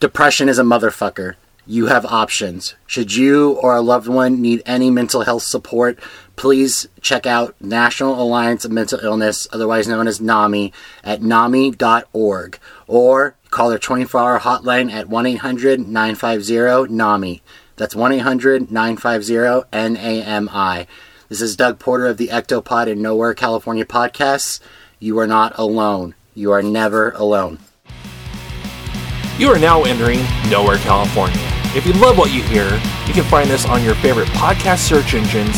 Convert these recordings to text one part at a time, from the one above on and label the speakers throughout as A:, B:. A: Depression is a motherfucker. You have options. Should you or a loved one need any mental health support, please check out National Alliance of Mental Illness, otherwise known as NAMI, at NAMI.org or call their 24 hour hotline at 1 800 950 NAMI. That's 1 800 950 NAMI. This is Doug Porter of the Ectopod and Nowhere California podcasts. You are not alone. You are never alone.
B: You are now entering Nowhere, California. If you love what you hear, you can find us on your favorite podcast search engines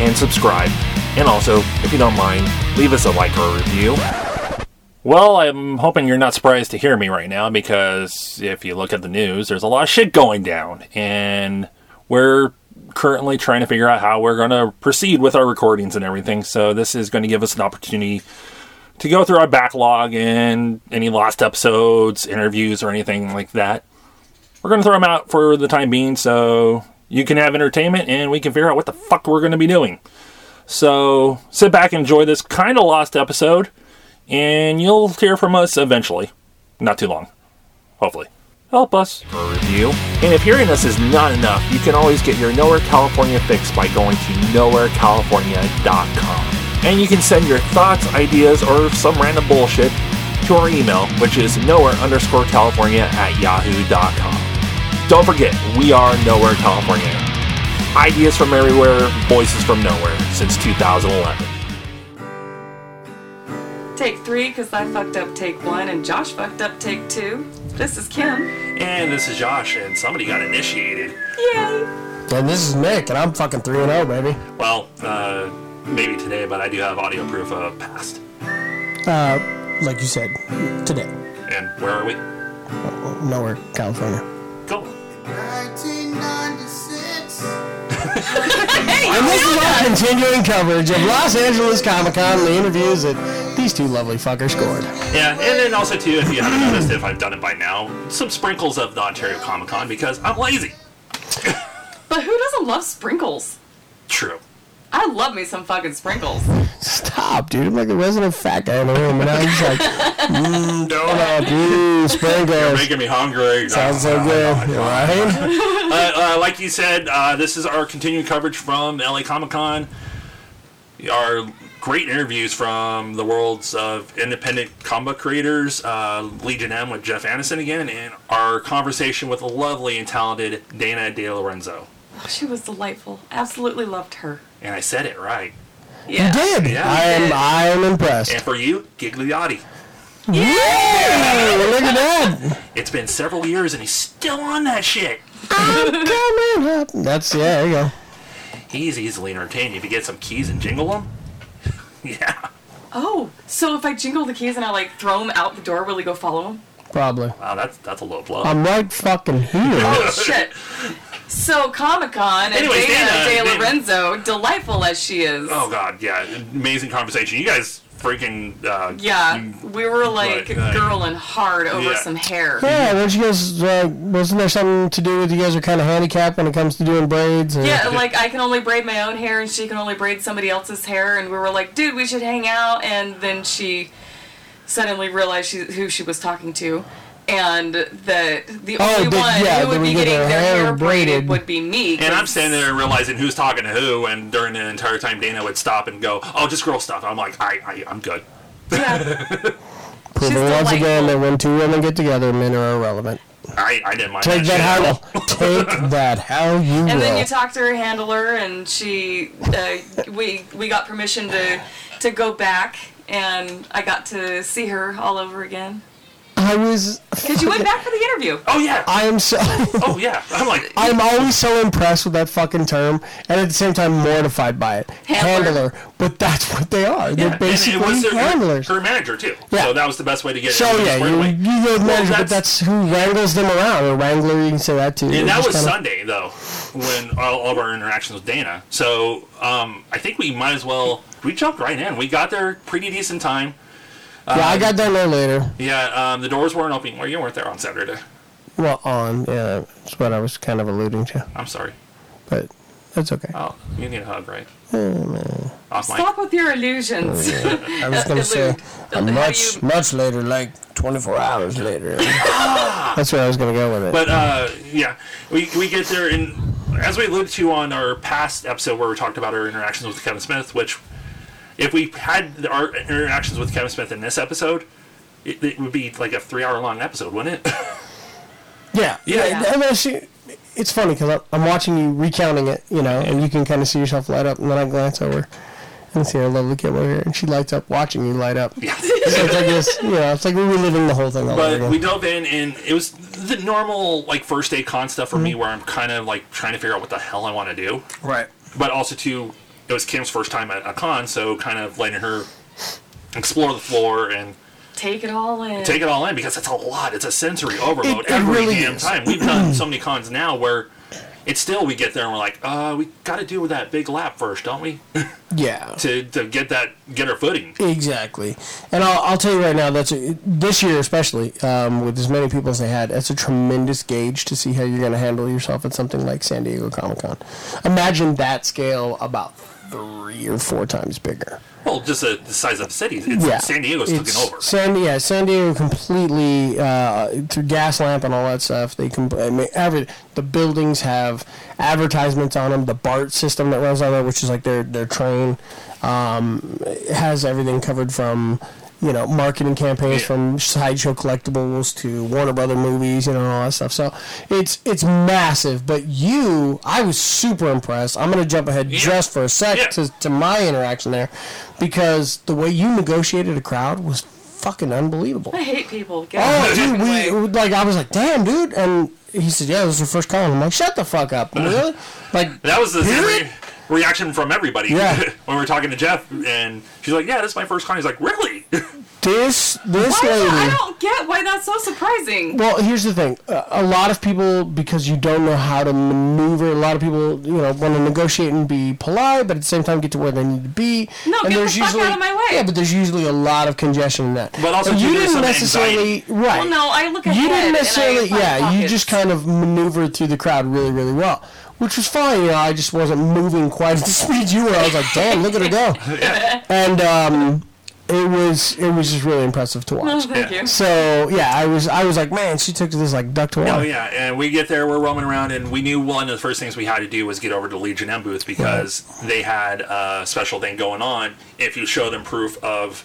B: and subscribe. And also, if you don't mind, leave us a like or a review. Well, I'm hoping you're not surprised to hear me right now because if you look at the news, there's a lot of shit going down. And we're currently trying to figure out how we're going to proceed with our recordings and everything. So, this is going to give us an opportunity to go through our backlog and any lost episodes, interviews, or anything like that. We're going to throw them out for the time being so you can have entertainment and we can figure out what the fuck we're going to be doing. So sit back and enjoy this kind of lost episode, and you'll hear from us eventually. Not too long, hopefully. Help us for a review. And if hearing us is not enough, you can always get your Nowhere California fix by going to nowherecalifornia.com. And you can send your thoughts, ideas, or some random bullshit to our email, which is nowhere underscore California at yahoo.com. Don't forget, we are Nowhere California. Ideas from everywhere, voices from nowhere since 2011.
C: Take three, because I fucked up take one, and Josh fucked up take two. This is Kim.
B: And this is Josh, and somebody got initiated.
C: Yay!
D: And this is Nick, and I'm fucking 3 0, baby.
B: Well, uh, maybe today, but I do have audio proof of past.
D: Uh, like you said, today.
B: And where are we?
D: Nowhere, California.
B: Go.
E: 1996.
D: And this is our continuing coverage of Los Angeles Comic Con and the interviews that these two lovely fuckers scored.
B: Yeah, and then also too, if you haven't noticed, if I've done it by now, some sprinkles of the Ontario Comic Con because I'm lazy.
C: But who doesn't love sprinkles?
B: True.
C: I love me some fucking sprinkles.
D: Stop, dude. I'm like the resident fat guy in the room, and I'm just like, mmm, donut, ooh, sprinkles.
B: Making me hungry.
D: Sounds so good, You right?
B: Uh, uh, like you said, uh, this is our continued coverage from LA Comic Con. Our great interviews from the worlds of independent comic creators, uh, Legion M with Jeff Anderson again, and our conversation with the lovely and talented Dana De Lorenzo.
C: Oh, she was delightful. Absolutely loved her.
B: And I said it right.
D: You did.
B: Yeah.
D: I am. I am impressed.
B: And for you, Gigliotti.
D: Yeah, look at that.
B: It's been several years and he's still on that shit.
D: Coming up. That's yeah. There you go.
B: He's easily entertained. If you get some keys and jingle them, yeah,
C: Oh, so if I jingle the keys and I like throw them out the door, will he go follow him?
D: Probably.
B: wow, that's that's a low blow.
D: I'm right fucking here.
C: Oh shit! So Comic Con and
B: Anyways,
C: Dana,
B: Dana-
C: De
B: Dana-
C: Lorenzo, delightful as she is.
B: oh god, yeah, amazing conversation. You guys freaking uh,
C: Yeah, we were
B: Right,
C: like
B: right.
C: girling hard over
B: Yeah.
C: some hair.
D: Yeah, weren't you guys? Uh, wasn't there something to do with you guys are kind of handicapped when it comes to doing braids? And
C: Yeah, like I can only braid my own hair and she can only braid somebody else's hair. And we were like, dude, we should hang out. And then she suddenly realized she, who she was talking to. And that the
D: Oh,
C: only
D: did-
C: one
D: yeah,
C: who would
D: they
C: be
D: would get
C: getting
D: their
C: their
D: hair
C: hair, braided.
D: braided.
C: would be me.
B: And I'm
C: 'cause-
B: standing there realizing who's talking to who, and during the entire time, Dana would stop and go, "Oh, just girl stuff." I'm like, "I, I I'm good."
C: Yeah.
D: proving
C: she's
D: once again
C: delightful.
D: that when two women get together, men are irrelevant.
B: I, I didn't mind.
D: Take
B: shit.
D: that how take that how you
C: And then
D: will.
C: you talked to her handler, and she, uh, we, we got permission to, to go back, and I got to see her all over again.
D: I was.
C: Because you went back for the interview.
B: Oh yeah.
D: I am so.
B: Oh yeah. I'm like,
D: I'm always so impressed with that fucking term, and at the same time mortified by it.
C: Handler.
D: but that's what they are.
B: yeah.
D: They're
B: And it
D: basically
B: was her,
D: handlers.
B: her manager too.
D: Yeah.
B: So that was the best way to get.
D: so
B: it
D: yeah, you,
B: squarely.
D: you go manager, but
B: that's-
D: that's who wrangles them around. Or wrangler, you can say that too.
B: And that
D: Just
B: was
D: kinda-
B: Sunday though, when all, all of our interactions with Dana. So um, I think we might as well we jumped right in. We got there pretty decent time.
D: Yeah, I got down there later.
B: Yeah, um, the doors weren't open. Well, you weren't there on Saturday.
D: Well, on yeah, that's what I was kind of alluding to.
B: I'm sorry.
D: But That's okay.
B: Oh, you need a hug, right? Off mic.
C: Stop with your illusions.
D: Oh, I was gonna say
C: Elude.
D: a
C: How
D: much
C: do
D: much later, like 24 hours later. That's where I was gonna go with it.
B: But uh, yeah, we, we get there, and as we alluded to on our past episode where we talked about our interactions with Kevin Smith, which if we had our interactions with Kevin Smith in this episode, it, it would be like a three hour long episode, wouldn't it?
D: yeah,
B: Yeah.
D: I mean, she, it's funny because I'm watching you recounting it, you know, and you can kind of see yourself light up, and then I glance over and see our lovely kid over here, and she lights up watching you light up. Yeah. so it's like this, you know, it's like we're reliving the whole thing all over
B: but
D: again.
B: we dove in, and it was the normal like first aid con stuff for me
D: Mhm.
B: where I'm kind of like trying to figure out what the hell I want to do.
D: right.
B: but also too, it was Kim's first time at a con, so kind of letting her explore the floor and
C: Take it all in.
B: take it all in because that's a lot. It's a sensory overload
D: It- it
B: every
D: really
B: damn
D: is.
B: time. We've done so many cons now where it's still we get there and we're like, uh, we got to do that big lap first, don't we?
D: Yeah.
B: to to get that get our footing.
D: Exactly, and I'll, I'll tell you right now that's a, this year especially um, with as many people as they had, that's a tremendous gauge to see how you're going to handle yourself at something like San Diego Comic Con. Imagine that scale about three or four times bigger.
B: Well, just the the size of the city. It's,
D: Yeah,
B: San Diego's
D: it's-
B: taking over.
D: San yeah, San Diego completely uh, through gas lamp and all that stuff. They can I mean, every the buildings have advertisements on them. The BART system that runs on there, which is like their their train, um, it has everything covered from. You know, marketing campaigns
B: Yeah.
D: from sideshow collectibles to Warner Brother movies, you know, and all that stuff. So it's it's massive. But you, I was super impressed. I'm gonna jump ahead just for a sec
B: Yeah.
D: to to my interaction there because the way you negotiated a crowd was fucking unbelievable.
C: I hate people. Get out
D: Oh,
C: of
D: dude,
C: my
D: we
C: way.
D: like I was like, damn, dude, and he said, yeah, this is your first call. And I'm like, shut the fuck up, really? Like
B: That was the same
D: Really?
B: re- reaction from everybody
D: Yeah.
B: when we were talking to Jeff, and she's like, "Yeah, this is my first con." He's like, "Really?"
D: this, this
C: Why
D: lady.
C: not- I don't get why that's so surprising.
D: Well, here's the thing. Uh, a lot of people, because you don't know how to maneuver, a lot of people, you know, want to negotiate and be polite, but at the same time get to where they need to be.
C: No,
D: and
C: get the fuck out of my way.
D: Yeah, but there's usually a lot of congestion in that.
B: But also
D: you
B: too, there's
D: didn't
B: some
D: necessarily
B: anxiety.
D: right.
C: Well, no, I look ahead.
D: you didn't
C: and I
D: necessarily.
C: find
D: Yeah, you just
C: pockets.
D: kind of maneuvered through the crowd really, really well, which was fine. You know, I just wasn't moving quite at the speed you were. I was like, damn, look at her go. And um, it was it was just really impressive to watch.
C: Oh, thank
B: Yeah.
C: you.
D: So yeah, I was I was like, man, she took to this like duck to water.
B: Oh yeah, and we get there, we're roaming around, and we knew one of the first things we had to do was get over to Legion M booth because they had a special thing going on. If you show them proof of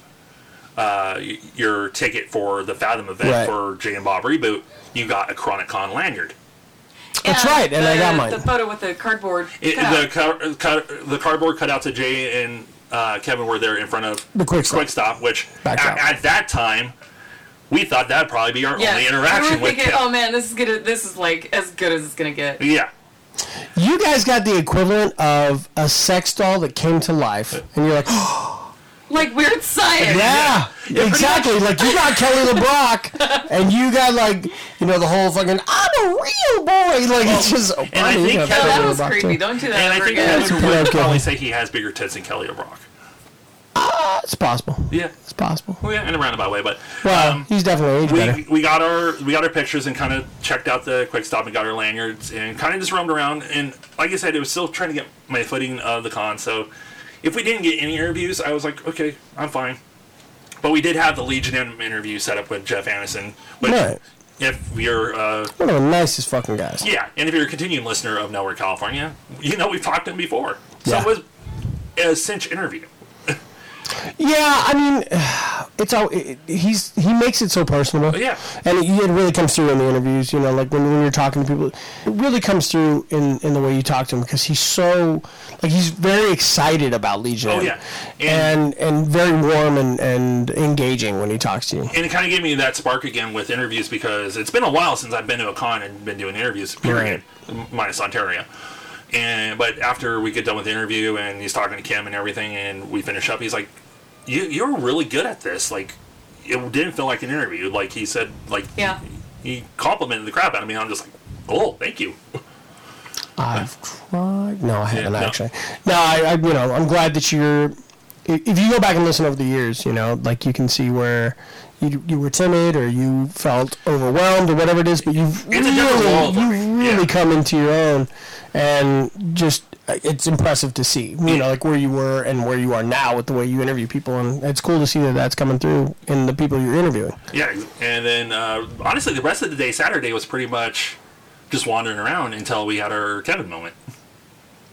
B: uh, y- your ticket for the Fathom event
D: Right.
B: for Jay and Bob reboot, you got a Chronic Con lanyard.
D: That's
C: Yeah,
D: right, and I
C: the-
D: got mine.
C: The photo with the cardboard.
B: It,
C: cutout.
B: the car, cut the cardboard cutouts of Jay and uh, Kevin were there in front of
D: The Quick Stop.
B: which
D: Back
B: at,
D: Stop.
B: at that time we thought that'd probably be our
C: yeah.
B: only interaction
C: we were
B: with
C: thinking,
B: Kevin.
C: oh man, this is gonna, this is like as good as it's gonna get.
B: yeah,
D: You guys got the equivalent of a sex doll that came to life, and you're like,
C: Like weird science.
D: yeah, exactly. Like you got Kelly LeBrock, and you got like you know the whole fucking I'm a real boy. Like it's just so funny.
B: I
D: you
B: think
D: got
C: No,
B: Kelly
C: that
D: Kelly
C: was
D: LeBrock,
C: creepy.
D: too.
C: Don't do that
B: and I
C: ever
B: think
C: again.
B: Kevin would
D: Okay.
B: probably say he has bigger tits than Kelly O'Brock.
D: Uh, It's possible.
B: Yeah.
D: It's possible.
B: Well, yeah, in a roundabout way, but
D: Well,
B: um,
D: he's definitely age better.
B: we, we got our we got our pictures and kind of checked out the quick stop and got our lanyards and kind of just roamed around and like I said, it was still trying to get my footing of the con. So if we didn't get any interviews, I was like, okay, I'm fine. But we did have the Legion M interview set up with Jeff Anderson, which
D: Right.
B: if you're uh,
D: One of the nicest fucking guys.
B: yeah, and if you're a continuing listener of Nowhere California, you know we've talked to him before, so
D: Yeah.
B: it was a cinch interview.
D: Yeah, I mean, it's all it, it- he's he makes it so personable.
B: Oh, Yeah.
D: and it, it really comes through in the interviews. You know, like when, when you're talking to people, it really comes through in, in the way you talk to him because he's so like he's very excited about Legion.
B: Oh, yeah.
D: and and, very warm and, and engaging when he talks to you.
B: and it kind of gave me that spark again with interviews because it's been a while since I've been to a con and been doing interviews. Period, minus Ontario. And but after we get done with the interview and he's talking to Kim and everything, and we finish up, he's like, "You you're really good at this. Like, it didn't feel like an interview. Like he said, like
C: Yeah.
B: he complimented the crap out of me. I'm just like, oh, thank you.
D: I've tried. No, I haven't
B: no.
D: actually. No, I, I, you know, I'm glad that you're. i- If you go back and listen over the years, you know, like you can see where you, you were timid or you felt overwhelmed or whatever it is, but you've
B: It's a
D: really,
B: different world for me,
D: you really
B: yeah.
D: come into your own and just it's impressive to see. You know, like where you were and where you are now with the way you interview people, and it's cool to see that that's coming through in the people you're interviewing.
E: Yeah, and then uh, honestly, the rest of the day Saturday was pretty much just wandering around until we had our Kevin moment.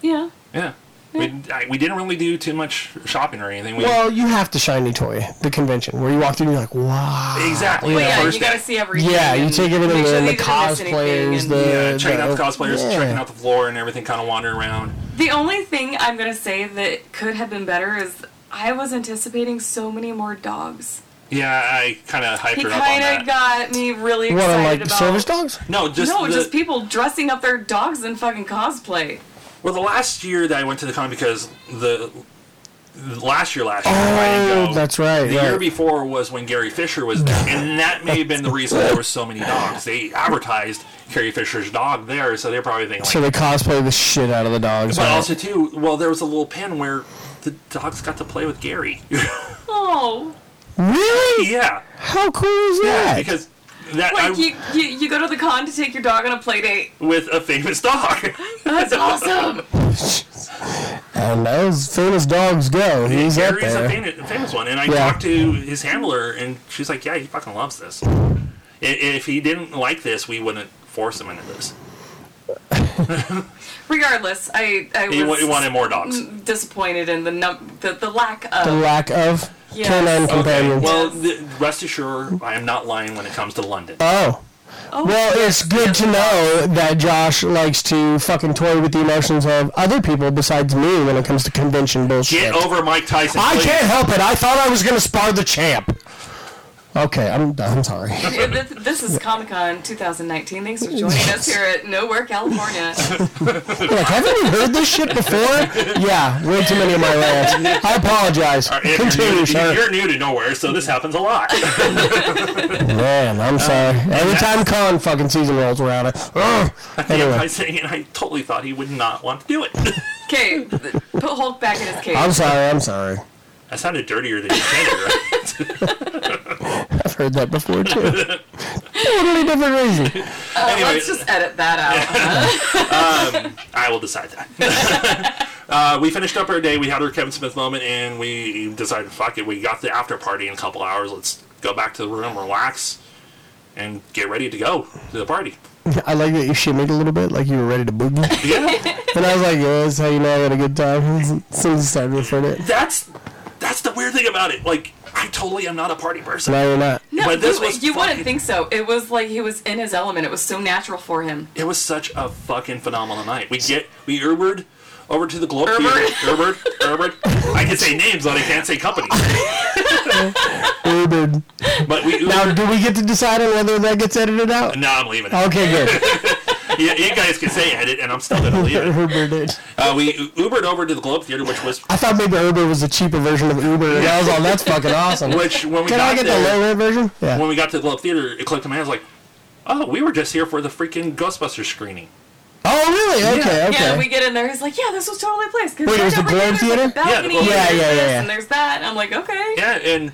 C: Yeah.
E: Yeah. We, I, we didn't really do too much shopping or anything. We,
D: Well, you have to shiny toy the convention where you walk through and you're like, wow.
E: exactly.
C: Well,
E: the
C: yeah, you
E: first
C: gotta
E: day.
C: see everything.
D: Yeah, you
C: and
D: take everything
C: make sure
D: in
C: they
D: the
C: didn't miss anything,
D: cosplayers,
C: and-
D: the
E: Yeah, checking out the cosplayers,
D: uh, yeah.
E: checking out the floor and everything, kind of wandering around.
C: The only thing I'm gonna say that could have been better is I was anticipating so many more dogs.
E: Yeah, I kind of hyped
C: He
E: her up on
C: kind
E: that.
C: of got me really
D: What,
C: excited
D: unlike
C: about.
D: service dogs?
E: no, just
C: no,
E: the,
C: just people dressing up their dogs in fucking cosplay.
E: well, the last year that I went to the con because the, the last year, last year, I didn't
D: Oh,
E: go.
D: that's right.
E: The
D: right.
E: year before was when Gary Fisher was there, and that may have been the reason there were so many dogs. They advertised Gary Fisher's dog there, so they're probably thinking. Like,
D: so they cosplay the shit out of the dogs.
E: but
D: right?
E: also too, well, there was a little pen where the dogs got to play with Gary.
C: Oh,
D: really?
E: yeah,
D: How cool is that?
E: because that
C: like
E: I,
C: you, you you go to the con to take your dog on a play date.
E: with a famous dog.
C: That's awesome.
D: and those famous dogs go. He's up
E: Gary's a
D: there.
E: fam- famous one, and I
D: Yeah.
E: talked to his handler, and she's like, "Yeah, he fucking loves this. I- If he didn't like this, we wouldn't force him into this.
C: Regardless, I I
E: He, wa-
C: was
E: he wanted more dogs."
C: Mm, disappointed in the num the, the lack of
D: The lack of
C: Yes.
D: canine
C: Okay,
D: companions.
E: Well,
C: Yes.
E: th- rest assured, I am not lying when it comes to London.
D: oh.
C: Oh,
D: Well, it's good to know that Josh likes to fucking toy with the emotions of other people besides me when it comes to convention bullshit.
E: Get over Mike Tyson.
D: I
E: please.
D: can't help it. I thought I was gonna spar the champ. Okay, I'm I'm sorry.
C: Yeah, th- This is Comic Con 2019. Thanks for joining us here at Nowhere, California.
D: Like, haven't you heard this shit before? Yeah, way too many of my rants. I apologize.
E: If you're, new,
D: Continue,
E: to-
D: sir.
E: you're new to nowhere, so this happens a lot.
D: Man,
E: Uh,
D: I'm sorry. Every time con fucking season rolls around, I, Ugh.
E: I
D: anyway,
E: say, and I totally thought he would not want to do it.
C: Okay, put Hulk back in his cage.
D: I'm sorry. I'm sorry.
E: that sounded dirtier than you intended, right?
D: I've heard that before too. totally different reason.
C: Uh,
E: anyway.
C: Let's just edit that out.
E: I will decide that. uh, we finished up our day. We had our Kevin Smith moment, and we decided, fuck it. We got the after party in a couple hours. Let's go back to the room, relax, and get ready to go to the party.
D: I like that you shimmied a little bit, like you were ready to boogie.
E: Yeah.
D: And I was like, yeah, that's how you know I had a good time. As soon as it's time for it.
E: that's that's the weird thing about it. Like, I totally am not a party person.
D: No, you're not.
C: No,
E: But this
C: you,
E: was
C: you wouldn't
E: fucking-
C: think so. It was like he was in his element. It was so natural for him.
E: It was such a fucking phenomenal night. We get we Ubered over to the Globe
C: Ubered?
E: Theater. Ubered, Ubered. I can say names, but I can't say companies.
D: Hey, dude.
E: But we Ubered.
D: Now, do we get to decide on whether that gets edited out?
E: no, I'm leaving. it.
D: Okay, good.
E: Yeah, you guys can say edit, and I'm still gonna leave it.
D: Uber did.
E: Uh, we U- Ubered over to the Globe Theater, which was
D: I thought maybe Uber was a cheaper version of Uber, and I was all, that's fucking awesome.
E: which when we
D: Can
E: got
D: I get the
E: there,
D: low rent version? Yeah.
E: when we got to the Globe Theater, it clicked in my head. I was like, oh, we were just here for the freaking Ghostbusters screening.
D: Oh, really? Okay, okay.
C: Yeah, we get in there. He's like, yeah, this was totally placed. 'cause
D: Wait, it was the
C: right over
D: Globe
C: there, there's a
D: Theater? Yeah,
E: the
C: balcony,
E: Globe
C: and
D: Theater. Yeah,
C: there's
D: yeah,
C: this,
D: yeah.
C: And there's that. I'm like, okay.
E: Yeah, and.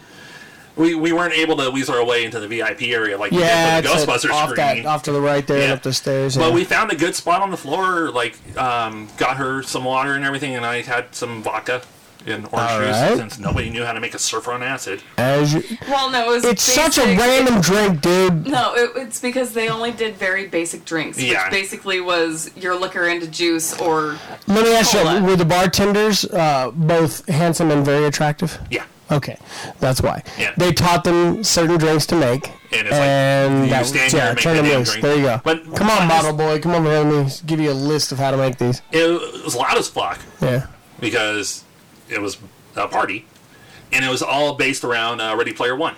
E: We, we weren't able to weasel our way into the VIP area like
D: yeah,
E: we did
D: it's,
E: for
D: uh,
E: the Ghostbusters
D: off
E: screening.
D: that, off to the right there, and
E: Yeah.
D: up the stairs.
E: But
D: yeah.
E: we found a good spot on the floor, like um, got her some water and everything, and I had some vodka and orange
D: All
E: juice
D: right.
E: since nobody knew how to make a surfer on acid.
D: As you-
C: Well, no, it was.
D: it's such a
C: basic-
D: random drink, dude.
C: No, it, it's because they only did very basic drinks, which
E: Yeah.
C: basically was your liquor into juice or
D: Let me ask
C: Cola.
D: you: Were the bartenders uh, both handsome and very attractive?
E: Yeah.
D: Okay, that's why.
E: Yeah.
D: They taught them certain drinks to make.
E: And it's like,
D: and
E: you
D: that-
E: stand here
D: yeah,
E: and make
D: turn
E: the
D: them
E: damn
D: loose.
E: drink.
D: There you go.
E: But-
D: come
E: but
D: on,
E: this-
D: bottle boy. Come over here. Let me give you a list of how to make these.
E: It was loud as fuck
D: Yeah.
E: because it was a party, and it was all based around uh, Ready Player One.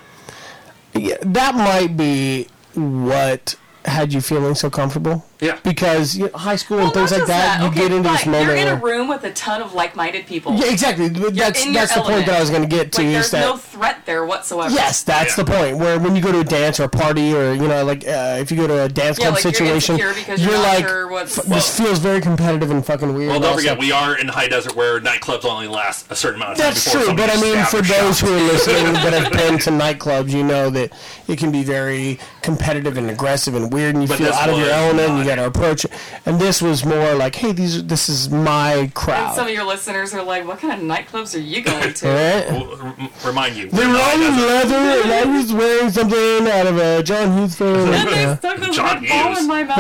D: Yeah, that might be what had you feeling so comfortable.
E: Yeah.
D: Because you know, high school and
C: Well,
D: things
C: not
D: like
C: just
D: that, you
C: Okay,
D: get into this
C: fine.
D: moment.
C: You're in a
D: where-
C: room with a ton of like-minded people.
D: yeah, exactly. That's
C: in your
D: that's the point
C: element.
D: that I was going to get to.
C: Like,
D: is
C: there's
D: that,
C: no threat there whatsoever.
D: Yes, that's
E: Yeah.
D: the point. Where when you go to a dance or a party or you know, like uh, if you go to a dance
C: Yeah,
D: club
C: like you're
D: situation,
C: insecure because you're, not
D: like,
C: sure what's.
D: f- this feels very competitive and fucking weird.
E: Well,
D: and
E: don't
D: also-
E: forget, we are in the high desert where nightclubs only last a certain amount of time.
D: That's
E: before
D: true,
E: somebody
D: but I
E: gets
D: mean,
E: stabbed
D: for
E: or
D: those
E: shot.
D: who are listening that have been to nightclubs, you know that it can be very competitive and aggressive and weird and you
E: But
D: feel
E: this
D: out of your
E: was
D: element. and You
E: not.
D: got to approach it. And this was more like, hey, these are, this is my
C: And some
D: crowd.
C: of your listeners are like, what kind of nightclubs are you going to?
D: Right?
E: Well, r- remind you.
D: They were all in leather, and I was wearing something out of a John Hughes film.
C: and they
D: yeah.
C: stuck this
E: John
C: red ball
E: Hughes.
C: in my mouth.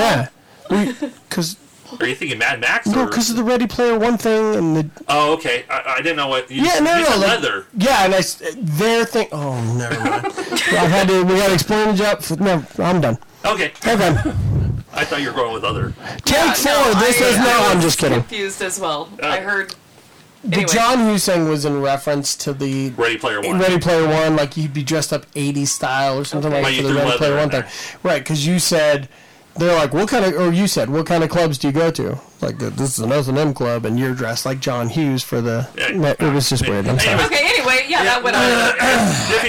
D: yeah. Because
E: Are you thinking Mad Max?
D: no,
E: or-
D: 'cause of the Ready Player One thing and the
E: Oh, okay. I, I didn't know what. You,
D: Yeah, no,
E: you
D: no,
E: said
D: like-
E: leather.
D: Yeah, and I s- their thing. Oh, never mind. I've had to. We got to explain the job. f- No, I'm done.
E: Okay,
D: I'm done.
E: I thought you were going with other.
D: Take four.
C: Uh, No,
D: this
C: I-
D: is
C: I
D: no. I'm
C: was
D: just kidding.
C: Confused as well.
E: Uh,
C: I heard.
D: The
C: Anyway.
D: John Hughes thing was in reference to the
E: Ready Player One.
D: Ready Player One. Like you'd be dressed up 80s style or something
C: Okay.
D: like
E: But
D: for
E: you
D: the
E: threw
D: Ready
E: leather
D: Player
E: in
D: One
E: there.
D: thing, right? Because you said they're like, what kind of? Or you said, what kind of clubs do you go to? Like this is an S&M club, and you're dressed like John Hughes for the.
E: Yeah.
D: It was just weird. I'm sorry.
C: Okay, anyway, yeah, that went on.
E: if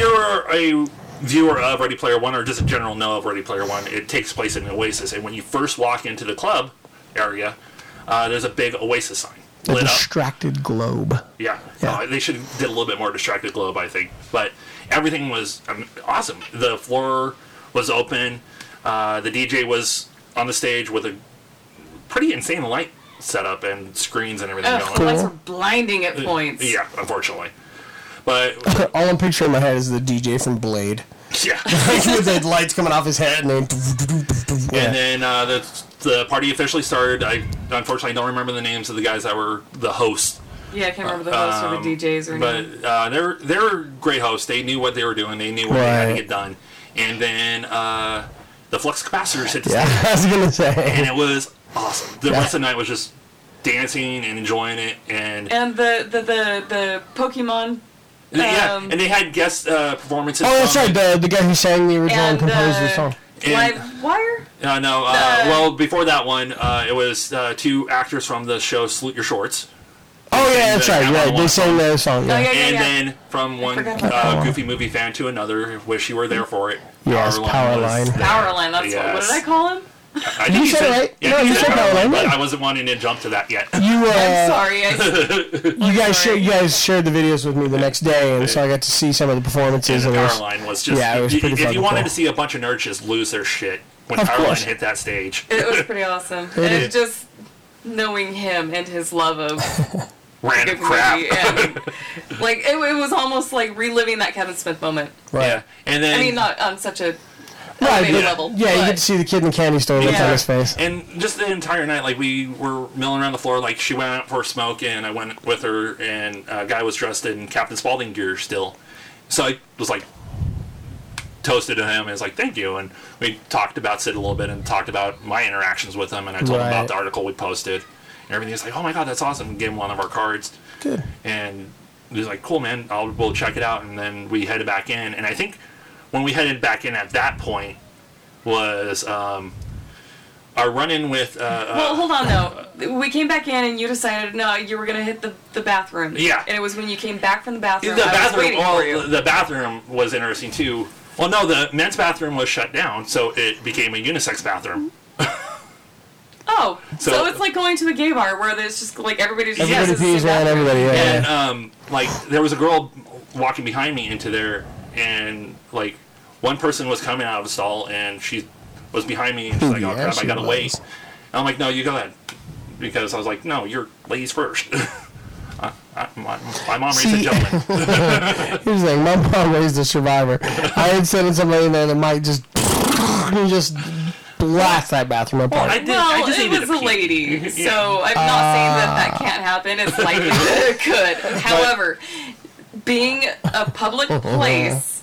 E: you're a viewer of Ready Player One or just a general know of Ready Player One, it takes place in Oasis, and when you first walk into the club area, uh, there's a big Oasis sign
D: The
E: lit up.
D: distracted globe.
E: Yeah,
D: Yeah.
E: Uh, they should have did a little bit more distracted globe, I think. But everything was um, awesome. The floor was open. Uh, the DJ was on the stage with a pretty insane light setup and screens and everything
C: Ugh, the
E: going.
C: lights were blinding at points.
E: Yeah, unfortunately, but
D: All I'm picturing in my head is the DJ from Blade.
E: yeah.
D: with the lights coming off his head and then
E: And then uh, the the party officially started. I unfortunately don't remember the names of the guys that were the hosts,
C: Yeah, I can't remember the hosts or the DJs or
E: Um, but
D: Mm-hmm.
C: anything.
E: uh, they're they're great hosts. They knew what they were doing. They knew what they had to
D: Right.
E: get done. And then uh, the flux capacitors hit the
D: yeah,
E: stage,
D: I was gonna say
E: and it was awesome. The rest of the night was just dancing and enjoying it, and,
C: and the, the, the, the Pokemon
E: yeah,
C: um,
E: and they had guest uh, performances.
D: oh that's
E: from-
D: right the, the guy who sang the original
C: and
D: and composed the
C: uh,
D: song
C: Live Wire?
E: Uh, no, uh, well, before that one, uh, it was uh, two actors from the show Salute Your Shorts.
D: oh yeah that's
E: the-
D: right
E: that
D: right
E: one
D: they
E: was-
D: sang their song yeah,
C: Oh, yeah, yeah,
E: and
C: yeah.
E: then from one
C: forgot about
E: uh, goofy movie fan to another, wish you were there for it.
D: Yes, Powerline.
E: was there.
C: Powerline, that's what, what
E: Yes.
C: did I call him?
E: I think
D: You said it right.
E: yeah,
D: No, you said Powerline,
E: but
D: yeah.
E: I wasn't wanting to jump to that yet.
D: you
C: I'm
D: uh,
C: sorry. I,
D: you guys
C: sorry.
D: shared you guys shared the videos with me the next day and so I got to see some of the performances and it was-
E: Powerline was just.
D: Yeah, it was
E: if-
D: pretty
E: if
D: fucking
E: you wanted
D: cool.
E: to see a bunch of nerds just lose their shit when
D: Of
E: Powerline
D: course.
E: hit that stage,
C: it was pretty awesome. and it's just knowing him and his love of
E: random
C: Goofy
E: crap.
C: movie. And, like, it, it was almost like reliving that Kevin Smith moment.
E: Yeah, and then
C: I mean, not on such a
D: right,
C: elevated
D: but-
C: level.
D: yeah you
C: but-
D: get to see the kid in the candy store look on
C: Yeah.
D: his face
E: And just the entire night, like we were milling around the floor. Like she went out for a smoke, and I went with her. And a guy was dressed in Captain Spaulding gear still, so I was like toasted to him. and was like, "Thank you." And we talked about Sid a little bit, and talked about my interactions with him. And I told him
D: Right.
E: about the article we posted, and everything. He's like, "Oh my god, that's awesome!" Gave him one of our cards,
D: good
E: and he was like, "Cool, man. I'll we'll check it out." And then we headed back in, and I think when we headed back in at that point was um, our run-in with uh, uh,
C: Well, hold on though. We came back in and you decided no, you were gonna hit the, the bathroom.
E: Yeah.
C: And it was when you came back from the bathroom.
E: the
C: I was
E: bathroom.
C: waiting for you.
E: Well, the bathroom was interesting too. Well, no, the men's bathroom was shut down, so it became a unisex bathroom.
C: oh, so,
E: so-
C: it's like going to a gay bar where there's just like everybody just
E: Everybody
C: uses the
D: pees
C: same
D: around
C: bathroom.
D: everybody, yeah.
E: And um, like there was a girl walking behind me into there, and like one person was coming out of the stall, and she was behind me, and she's like, "Oh
D: Yeah,
E: crap, I
D: she
E: gotta
D: was.
E: wait." And I'm like, "No, you go ahead," because I was like, "No, you're ladies first. I- I- my, my mom raised a
D: See-
E: gentleman.
D: Here's the thing, my mom raised a survivor. I had sent somebody in there that might just just blast that bathroom apart.
E: I did.
C: Well,
E: I just
C: it was
E: needed to
C: a
E: pee. Ah.
C: lady, so I'm not saying that that can't happen. It's likely that it could. However, being a public place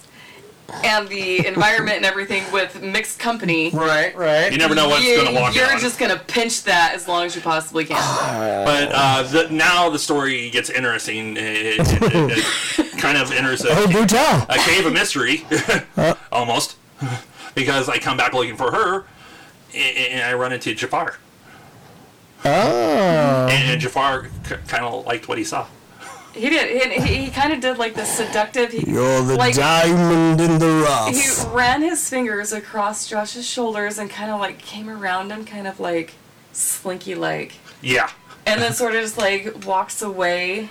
C: and the environment and everything with mixed company,
D: right, right.
E: You never know what's
C: you,
E: gonna walk
C: you're
E: out.
C: just gonna pinch that as long as you possibly can.
E: But uh, the, now the story gets interesting. It, it, it, it kind of enters
D: oh,
E: a,
D: do tell.
E: a cave of mystery, almost, because I come back looking for her, a- a- and I run into Jafar,
D: Oh.
E: and, and Jafar c- kind of liked what he saw.
C: He did. He, he, he kind of did like the seductive. He, like,
D: diamond in the rough.
C: He ran his fingers across Josh's shoulders and kind of like came around him, kind of like slinky like,
E: Yeah,
C: and then sort of just like walks away.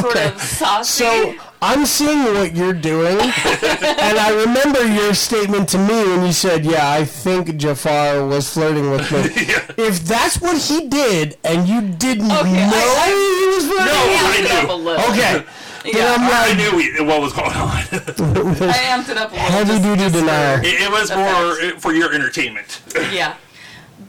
C: sort of saucy.
D: So I'm seeing what you're doing, and I remember your statement to me when you said, "Yeah, I think Jafar was flirting with me." If that's what he did, and you didn't
C: Okay, I-
D: know
C: I-
D: he was flirting,
E: No,
C: I
E: I
C: amped it up a
E: knew.
C: little.
D: okay,
C: Yeah.
D: then I'm
E: I
D: like
E: knew we, what was going on. it,
C: I amped it up a little.
D: heavy
C: just-
D: duty
C: just for-
D: denier.
E: it was more uh, for your entertainment.
C: Yeah,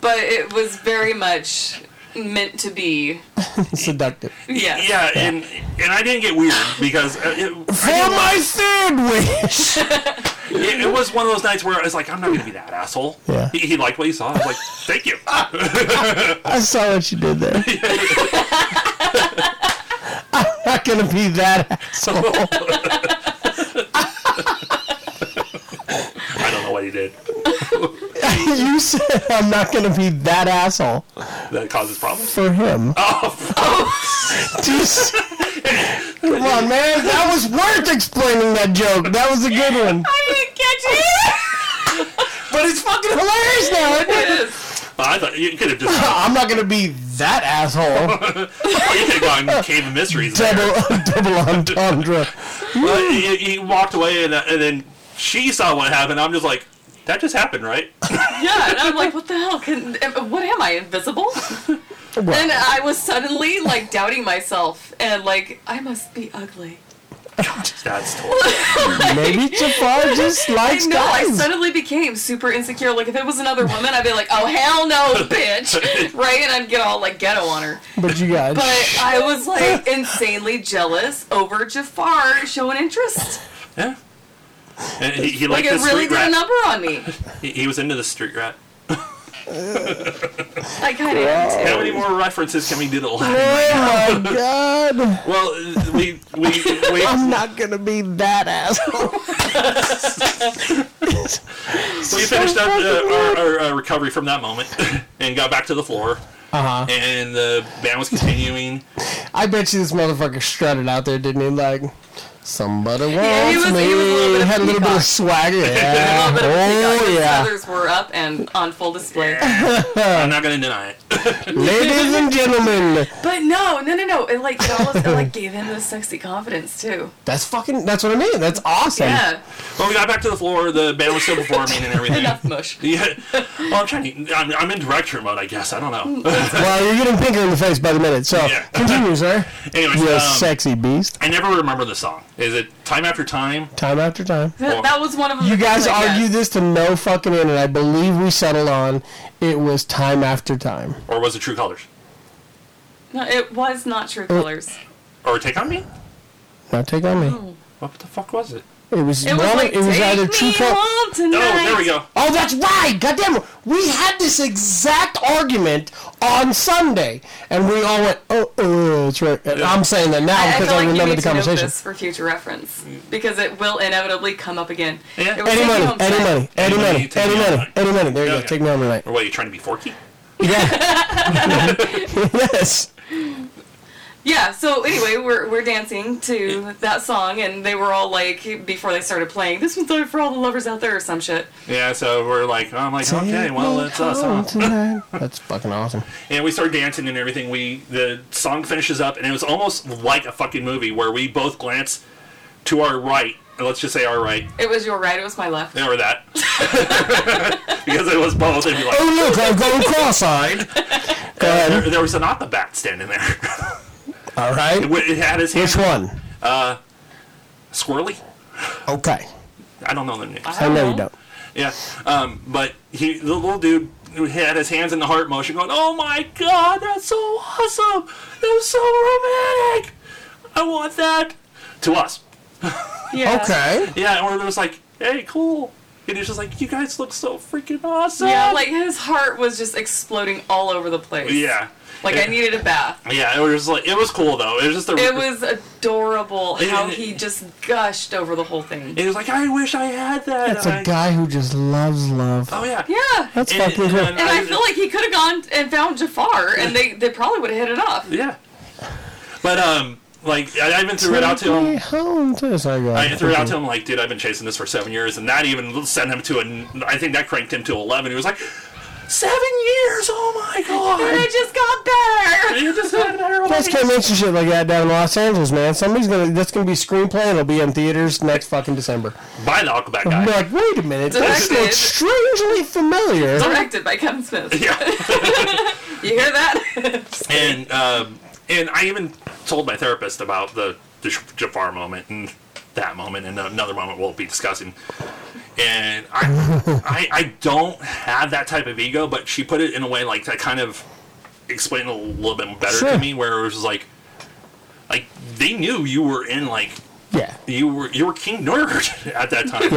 C: but it was very much meant to be.
D: seductive.
C: Yes.
E: Yeah, and and I didn't get weird because uh, it,
D: For my third wish.
E: it, it was one of those nights where I was like, I'm not gonna be that asshole.
D: Yeah.
E: He, he liked what he saw. I was like, thank you.
D: I saw what you did there. I'm not gonna be that asshole.
E: I don't know what he did.
C: Oh.
D: you said I'm not gonna be that asshole
E: That causes problems.
D: for him.
C: Oh.
D: Jeez. Come on, man. That was worth explaining that joke. That was a good one.
C: I didn't catch
E: But it's fucking.
D: Hilarious now, isn't it?
C: it. It is.
E: I thought you could have just.
D: I'm not gonna be that asshole.
E: you could have gone cave of mysteries. there.
D: Double, double entendre.
E: But Uh, he, he walked away, and, uh, and then she saw what happened. I'm just like, that just happened, right?
C: Yeah, and I'm like, what the hell? Can am- what am I invisible? And I was suddenly like doubting myself and like I must be ugly.
E: That's totally.
D: Maybe Jafar just
C: I
D: likes
C: know. I
D: guys.
C: suddenly became super insecure. Like if it was another woman, I'd be like, oh hell no, bitch, right? And I'd get all like ghetto on her.
D: But you guys.
C: But I was like insanely jealous over Jafar showing interest.
E: Yeah. And he, he
C: Like
E: liked
C: it
E: the
C: really
E: street
C: did a
E: rat.
C: number on me.
E: He, he was into the street rat.
C: I kind of am too.
E: How many more references can we do to laugh?
D: oh my god.
E: Well, uh, we we we.
D: I'm not gonna be that asshole.
E: So we finished up uh, our, our, uh recovery from that moment and got back to the floor.
D: Uh-huh.
E: And the band was continuing.
D: I bet you this motherfucker strutted out there, didn't he? Like, somebody wants
C: Yeah, he was-
D: me.
C: he was a little bit of
D: Had a little bit
C: peacock.
D: of swagger.
C: A
D: Yeah.
C: little bit of peacock,
D: oh
C: his
D: yeah.
C: feathers were up and on full display.
E: I'm not going to deny it.
D: Ladies and gentlemen,
C: But no, no, no, no. It like it almost it, like gave him this sexy confidence too.
D: that's fucking. That's what I mean. That's awesome.
C: Yeah,
E: Well, we got back to the floor. The band was still performing and everything.
C: enough mush.
E: Yeah. Well, I'm trying to. I'm, I'm in director mode, I guess. I don't know.
D: Well, you're getting pinker in the face by the minute. So
E: Yeah.
D: continue, sir.
E: Anyways,
D: You
E: um,
D: sexy beast.
E: I never remember the song. Is it time after time?
D: Time after time.
C: That, that was one of them.
D: You
C: that
D: guys
C: was like
D: argue
C: that.
D: this to no fucking end, and I believe we settled on it was time after time.
E: Or was it True Colors?
C: No, it was not True Colors.
E: Or Take on Me?
D: Now take on me.
E: What the fuck was it?
D: It was
C: It was
D: one-
C: like
D: it was
C: take
D: either
C: me
D: true Col-
C: home tonight.
E: Oh, there we go.
D: Oh, that's right. Goddamn, we had this exact argument on Sunday, and we all went, "Oh, oh that's right." And I'm saying that now
C: I, I
D: because
C: feel
D: I,
C: like you
D: remember
C: need
D: the
C: to note
D: conversation.
C: this for future reference because it will inevitably come up again.
E: Mm. Yeah.
C: It was
D: Any
C: Take Me
D: money,
C: Home
D: any
C: Tonight.
D: money, any money,
E: take
D: any
E: me
D: money,
E: out.
D: any money. There you go.
E: Okay.
D: Take me on tonight.
E: Or what, you trying to be Forky?
D: Yeah. yes.
C: Yeah, so anyway, we're, we're dancing to that song, and they were all like, before they started playing, this one's for all the lovers out there, or some shit.
E: Yeah, so we're like, I'm like, okay, well, it's us.
D: Home
E: Huh?
D: tonight. That's fucking awesome.
E: And we start dancing and everything. We The song finishes up, and it was almost like a fucking movie where we both glance to our right. and Let's just say our right.
C: It was your right, it was my left.
E: Remember that. because it was both. And we like,
D: Oh look, I'm going cross-eyed. Go
E: there,
D: ahead.
E: there was an Autobot standing there.
D: All right.
E: it had his hand
D: Which one?
E: squirrely.
D: Okay.
E: I don't know the names.
D: I know you don't.
E: Yeah, um, but he, the little dude, who had his hands in the heart motion, going, "Oh my god, that's so awesome! It was so romantic! I want that!" To us,
C: Yeah.
D: Okay.
E: yeah, and we're just like, "Hey, cool!" And he's just like, "You guys look so freaking awesome!"
C: Yeah, like his heart was just exploding all over the place.
E: yeah,
C: Like I
E: yeah.
C: needed a bath.
E: Yeah, it was just like it was cool though. It was just a,
C: It was adorable how
E: Yeah.
C: he just gushed over the whole thing.
E: It was like I wish I had that.
D: It's
E: and
D: a
E: I-
D: guy who just loves love.
E: Oh yeah.
C: Yeah.
D: That's
E: And-
D: fucking cool.
C: and I feel like he could have gone and found Jafar and they, they probably would have hit it off.
E: yeah. But um, like I, I even threw it out to him.
D: home to sorry, go
E: I
D: ahead.
E: threw it out to him like, dude, I've been chasing this for seven years, and that even sent him to an. I think that cranked him to eleven. He was like, seven years! Oh my
C: And
E: god!
C: it just got better.
E: You just had an hour
D: Plus,
E: away.
D: can't make some shit like that down in Los Angeles, man. Somebody's gonna that's gonna be screenplay. It'll be in theaters next fucking December.
E: Buy the Aquabat
D: I'm
E: guy.
D: like, wait a minute, this
C: Directed.
D: looks strangely familiar.
C: Directed by Kevin Smith.
E: Yeah.
C: You hear that?
E: and um, and I even told my therapist about the, the Jafar moment and that moment and another moment we'll be discussing. And I, I I don't have that type of ego, but she put it in a way like that kind of explained it a little bit better
D: Sure.
E: to me, where it was just like like they knew you were in like
D: Yeah,
E: you were you were King Nerd at that time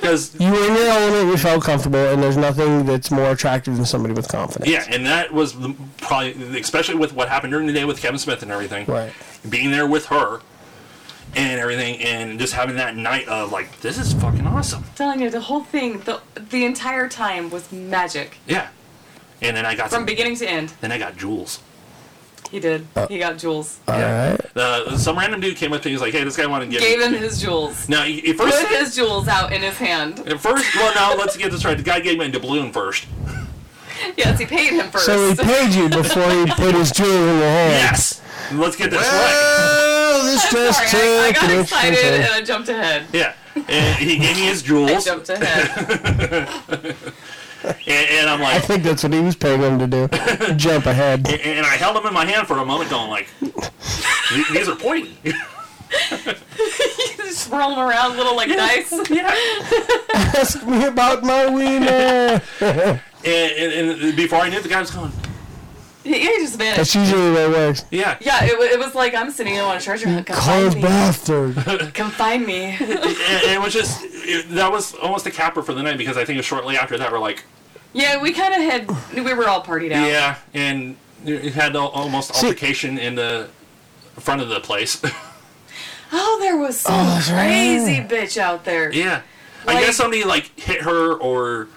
E: because
D: you were in your element, you felt comfortable, and there's nothing that's more attractive than somebody with confidence.
E: Yeah, and that was the, probably, especially with what happened during the day with Kevin Smith and everything.
D: Right.
E: Being there with her and everything, and just having that night of like, this is fucking awesome.
C: telling you, the whole thing, the the entire time was magic
E: Yeah. And then I got
C: from
E: some,
C: beginning to end.
E: then I got Jules.
C: He did. He got jewels.
D: All right.
E: Uh, some random dude came up to me. He's like, "Hey, this guy wanted to get."
C: Gave him his jewels.
E: Now, he, he first,
C: Put his jewels out in his hand.
E: at first, well, now let's get this right. The guy gave me a doubloon first.
C: Yes, he paid him first.
D: So he paid you before he put his jewel in your hand.
E: Yes. Let's get this right.
D: Well, this just
C: Sorry, I, I
D: took
C: got
D: an
C: excited
D: interesting
C: and
D: turn.
C: I jumped ahead.
E: Yeah. And he gave me his
C: I
E: jewels, and,
C: jumped ahead.
E: and I'm
D: I
E: like,
D: think that's what he was paying him to do. Jump ahead.
E: and I held them in my hand for a moment, going like, "These- "These are pointy."
C: Just rolling around little like dice.
D: Ask me about my wiener.
E: And, and, and before I knew, it, the guy was going,
C: He, he just vanished.
D: That's usually the way it works.
E: yeah.
C: Yeah, it, wa- it was like I'm sitting here on a treasure hunt. Confine
D: Cold
C: me.
D: bastard.
C: Confine me.
E: And, and it was just, it- that was almost a capper for the night because I think it was shortly after that we're like,
C: Yeah, we kind of had. We were all partied out.
E: yeah. And it had al- almost altercation in the front of the place.
C: Oh, there was some
D: that's right.
C: crazy bitch out there.
E: yeah. I
C: Like-
E: guess somebody like hit her or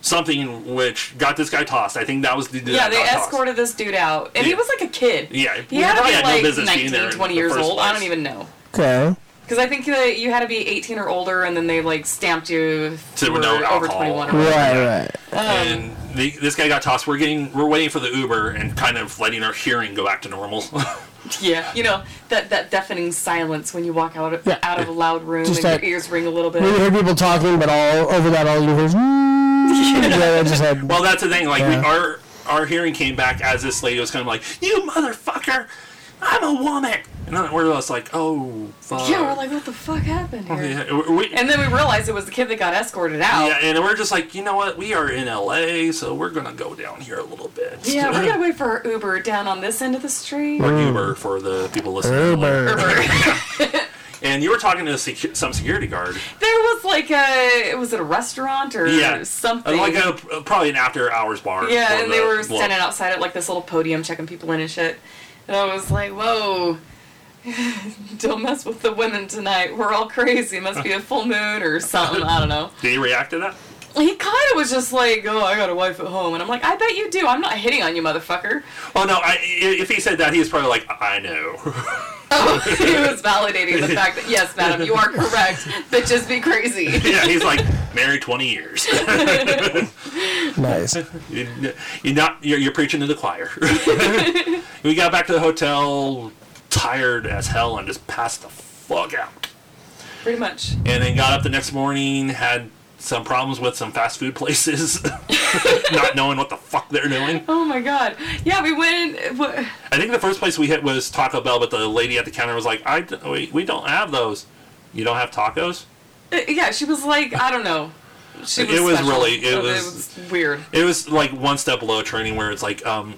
E: something, which got this guy tossed. I think that was the dude
C: Yeah,
E: that
C: they
E: got tossed.
C: escorted this dude out, and he
E: Yeah.
C: was like a kid.
E: Yeah,
C: he had to
E: probably
C: be
E: had no
C: like
E: business being there
C: 19,
E: in the
C: 20 years
E: first
C: old. I don't
E: place.
C: even know.
D: Okay.
C: Because I think that you had to be 18 or older, and then they like stamped you if
E: To
C: you were
E: no
C: over
E: alcohol.
C: 21. Or whatever.
D: Right, right.
E: and the, this guy got tossed. We're getting, we're waiting for the Uber and kind of letting our hearing go back to normal.
C: Yeah, you know that that deafening silence when you walk out of,
D: Yeah.
C: out of a loud room and
D: Just that-
C: your ears ring a little bit.
D: When you hear people talking, but all over that, all you hear is. Yeah, that just had.
E: Well, that's the thing. Like we,
D: Yeah.
E: our our hearing came back as this lady was kind of like, "You motherfucker, I'm a woman," and then we're just like, "Oh fuck."
C: yeah, we're like, what the fuck happened here?
E: Yeah, we- we-
C: And then we realized it was the kid that got escorted out.
E: yeah,
C: Yeah,
E: and we're just like, you know what? We are in LA, so we're gonna go down here a little bit.
C: we're gonna wait for our Uber down on this end of the street.
E: Or Uber for the people listening.
D: Uber.
E: And you were talking to secu- some security guard.
C: There was like a was it a restaurant or
E: Yeah,
C: something?
E: uh, Like a probably an after hours bar.
C: yeah,
E: for
C: and
E: the
C: they were
E: club.
C: standing outside at like this little podium checking people in and shit. And I was like, whoa. Don't mess with the women tonight. We're all crazy. Must be a full moon or something. I don't know.
E: Did he react to that?
C: He kind of was just like, "Oh, I got a wife at home," and I'm like, "I bet you do. I'm not hitting on you, motherfucker."
E: Oh no! I, i- if he said that, he was probably like, "I know."
C: Oh, he was validating the fact that yes, madam, you are correct. Bitches be crazy.
E: yeah, he's like married twenty years.
D: Nice.
E: You- You're not. You're, you're preaching to the choir. we got back to the hotel, tired as hell, and just passed the fuck out.
C: Pretty much.
E: And then got up the next morning, had some problems with some fast food places, not knowing what the fuck they're doing.
C: Oh my god. Yeah, we went. In, wha-
E: I think the first place we hit was Taco Bell, but the lady at the counter was like, "I d- we, we don't have those. You don't have tacos."
C: Uh, Yeah, she was like, I don't know. She was
E: It was
C: special.
E: really- it
C: Uh,
E: was-
C: weird.
E: It was like one step below training, where it's like, um,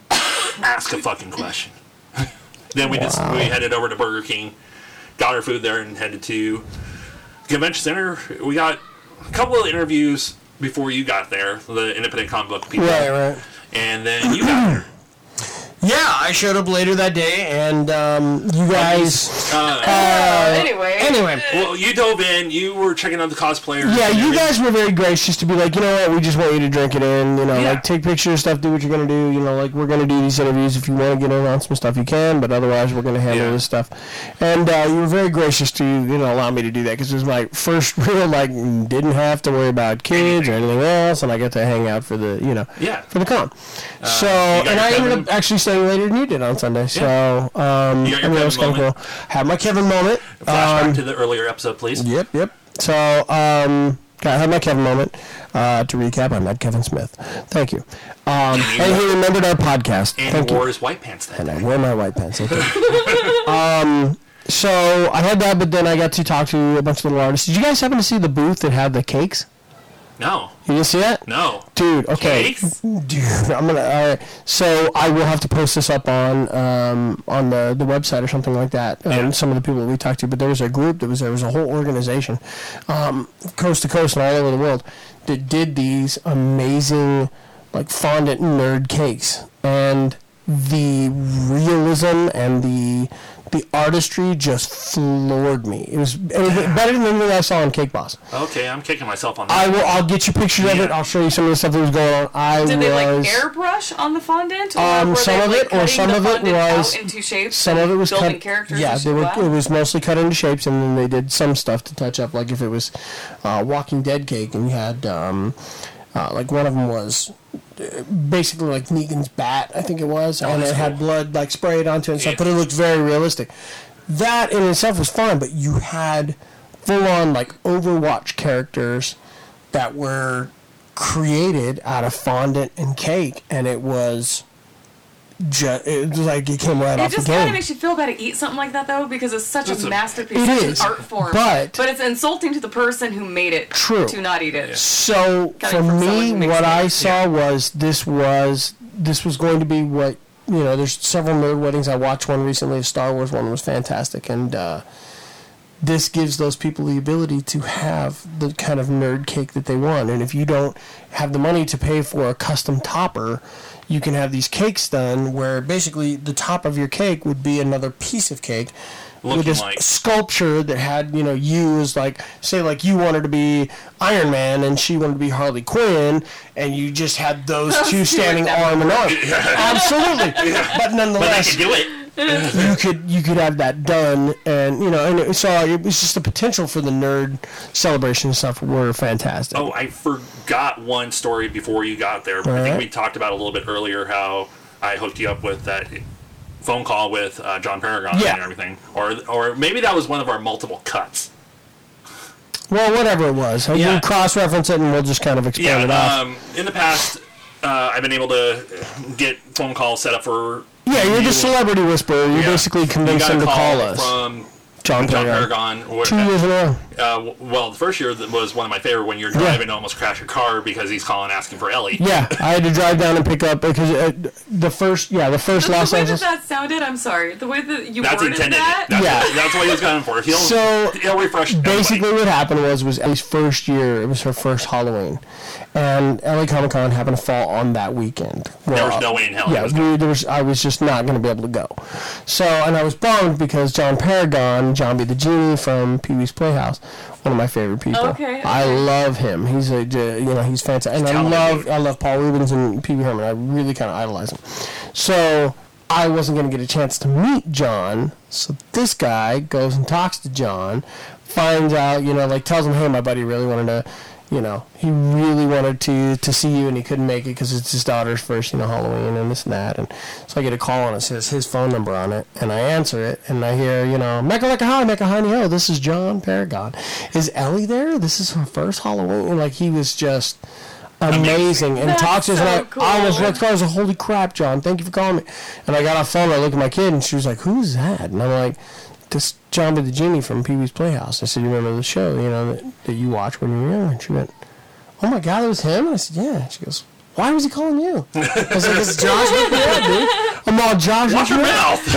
E: ask a fucking question. then we just we headed over to Burger King, got our food there, and headed to convention center. We got a couple of interviews before you got there, the independent comic book people,
D: Right, right.
E: and then you got there.
D: Yeah, I showed up later that day, and um, you guys.
C: Uh, anyway,
D: Uh, Anyway.
E: Uh, Well, you dove in. You were checking out the cosplayers.
D: Yeah,
E: and
D: you
E: everything.
D: guys were very gracious to be like, you know what, we just want you to drink it in, you know,
E: Yeah.
D: like take pictures, stuff, do what you're gonna do, you know, like we're gonna do these interviews. If you want to get in on some stuff, you can, but otherwise, we're gonna handle
E: Yeah.
D: this stuff. And uh, you were very gracious to you know allow me to do that because it was my first real like didn't have to worry about kids or anything else, and I got to hang out for the you know
E: Yeah. Uh,
D: for the con. so and
E: got your
D: I ended
E: Kevin?
D: up actually staying later than you did on Sunday. So um,
E: You got your
D: I mean, it was
E: Kevin
D: kind of
E: moment.
D: cool. Had my Kevin moment.
E: Flashback
D: Um,
E: to the earlier episode, please.
D: Yep, yep. So, um, I had my Kevin moment. Uh, to recap, I met Kevin Smith. Thank you. Um, and he remembered our podcast.
E: And
D: Thank
E: wore
D: you.
E: his white pants that
D: And I
E: day.
D: wore my white pants. Thank you. um, so I had that, but then I got to talk to a bunch of little artists. Did you guys happen to see the booth that had the cakes?
E: No,
D: You didn't see that?
E: no.
D: Dude, okay.
E: Cakes?
D: Dude, I'm gonna. All right. So I will have to post this up on um, on the, the website or something like that. Um,
E: Yeah.
D: Some of the people that we talked to, but there was a group that was there was a whole organization, um, coast to coast and all over the world, that did these amazing like fondant nerd cakes and the realism and the the artistry just floored me. It was it was better than anything I saw on Cake Boss.
E: Okay, I'm kicking myself on
D: I
E: that.
D: will. I'll get you pictures of it.
E: Yeah.
D: I'll show you some of the stuff that was going on. I
C: Did
D: was
C: they like airbrush on the fondant? Or
D: Um,
C: were
D: some
C: they,
D: of
C: like,
D: it, or
C: cutting
D: some
C: the
D: of it
C: fondant out
D: was-
C: into shapes.
D: some of
C: and
D: it was
C: building
D: cut.
C: characters.
D: yeah,
C: and
D: they
C: shit
D: were,
C: like
D: it
C: that?
D: was mostly cut into shapes, and then they did some stuff to touch up. Like if it was uh, Walking Dead cake, and you had um, uh, like one of them was uh, basically like Negan's bat, I think it was, and it
E: Oh, that's
D: had
E: cool.
D: blood like sprayed onto it and stuff.
E: Yeah.
D: But it looked very realistic. That in itself was fun, but you had full on like Overwatch characters that were created out of fondant and cake, and it was. Ju- it was like it came right
C: It
D: off the
C: just
D: game.
C: kind of makes you feel bad to eat something like that, though, because it's such
E: It's
C: a
E: a-
C: masterpiece,
D: It
C: such
D: is,
C: an art form.
D: but-
C: it's insulting to the person who made it
D: True.
C: to not eat it.
D: So
C: Coming
D: for
C: from someone
D: me,
C: who makes
D: what I
C: it.
D: saw was this was this was going to be what you know. There's several nerd weddings. I watched one recently. A Star Wars one was fantastic, and uh, this gives those people the ability to have the kind of nerd cake that they want. And if you don't have the money to pay for a custom topper, you can have these cakes done where basically the top of your cake would be another piece of cake
E: Looking
D: with this
E: like-
D: sculpture that had you know you as like say like you wanted to be Iron Man and she wanted to be Harley Quinn, and you just had those two standing
C: that
D: arm in arm. Absolutely, but
E: But I
D: nonetheless,
E: can do it.
D: you could you could have that done, and you know, and it, so it was just the potential for the nerd celebration and stuff were fantastic.
E: Oh, I forgot one story before you got there. I think
D: Alright.
E: we talked about a little bit earlier how I hooked you up with that phone call with uh, John Paragon
D: Yeah.
E: and everything, or or maybe that was one of our multiple cuts.
D: Well, whatever it was,
E: Yeah.
D: we'll cross reference it and we'll just kind of expand it
E: Yeah,
D: off.
E: um, in the past, uh, I've been able to get phone calls set up for.
D: yeah, you're
E: you.
D: the celebrity whisperer. You
E: Yeah.
D: basically
E: You
D: convince
E: got a
D: them to call
E: call
D: us.
E: from
D: John,
E: John
D: Paragon.
E: Paragon. or-
D: Two years in a row.
E: uh, w- well, the first year that was one of my favorite when you're driving and almost crash your car because he's calling asking for Ellie.
D: Yeah, I had to drive down and pick up because uh, the first, yeah, the first
C: The,
D: Los
C: the way that
D: Angeles.
C: that sounded, I'm sorry. The way that you
E: That's
C: worded
E: intended.
C: that,
E: That's,
D: Yeah.
E: that's what he was going for. He'll,
D: So,
E: he'll refresh. everybody.
D: Basically, what happened was was Ellie's first year. It was her first Halloween, and LA Comic Con happened to fall on that weekend.
E: there
D: Well,
E: was no way in hell. he
D: yeah,
E: was
D: we, there was, I was just not going to be able to go. So, and I was bummed because John Paragon, John B. the Genie from Pee Wee's Playhouse, one of my favorite people.
C: Okay,
D: I
C: okay.
D: love him. He's a, j- you know, he's fantastic. And I
E: talented
D: love,
E: dude.
D: I love Paul Rubens and Pee Wee Herman. I really kind of idolize him. So, I wasn't going to get a chance to meet John. So, this guy goes and talks to John, finds out, you know, like tells him, hey, my buddy really wanted to. You know, he really wanted to to see you, and he couldn't make it because it's his daughter's first, you know, Halloween and this and that. And so I get a call, and it says his phone number on it, and I answer it, and I hear, you know, Mecca Lecca Hi, Mecca Honey Ho, this is John Paragon. Is Ellie there? This is her first Halloween. And, Like, he was just amazing. And
C: That's
D: talked to us, and
C: so
D: I I almost
C: cool.
D: looked I was like, holy crap, John, thank you for calling me. And I got off the phone, I looked at my kid, and she was like, who's that? And I'm like, this John with the Genie from Pee Wee's Playhouse. I said, you remember the show, you know, that, that you watch when you were younger? And she went, oh my God, it was him? And I said, yeah. She goes, why was he calling you? I was like, it's Josh with me up, dude. I'm all, Josh, what's
E: Watch your
D: your
E: mouth.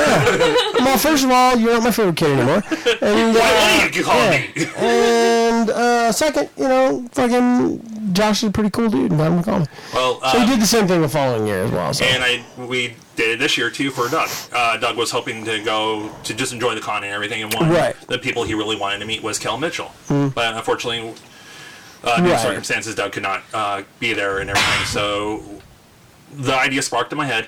D: well, first of all, you're not my favorite kid anymore. And, uh,
E: Why would you call
D: yeah.
E: me?
D: and uh, second, you know, fucking Josh is a pretty cool dude, and I'm calling.
E: Well,
D: So he
E: uh,
D: did the same thing the following year as well. So.
E: and I we did it this year too for Doug. Uh, Doug was hoping to go to just enjoy the con and everything, and one
D: Right. Mm.
E: of the people he really wanted to meet was Kel Mitchell. But unfortunately, uh, due to
D: Right.
E: circumstances, Doug could not uh, be there and everything. So the idea sparked in my head.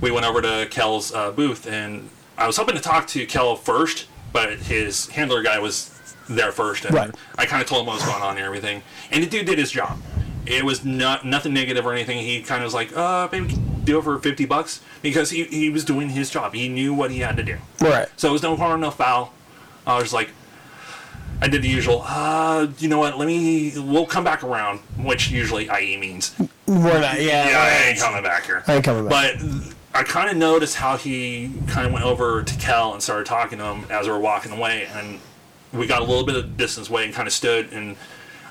E: We went over to Kel's uh, booth, and I was hoping to talk to Kel first, but his handler guy was there first, and
D: Right.
E: I kind of told him what was going on and everything. And the dude did his job. It was not nothing negative or anything. He kind of was like, "Uh, baby, do it for 50 bucks because he, he was doing his job. He knew what he had to do.
D: Right.
E: So it was no harm, no foul. I was like, I did the usual. Uh, you know what? Let me. We'll come back around, which usually IE means.
D: We're not. Yeah.
E: Yeah, I ain't coming back here.
D: I ain't coming back.
E: But I kind of noticed how he kind of went over to Kel and started talking to him as we were walking away, and we got a little bit of distance away and kind of stood. And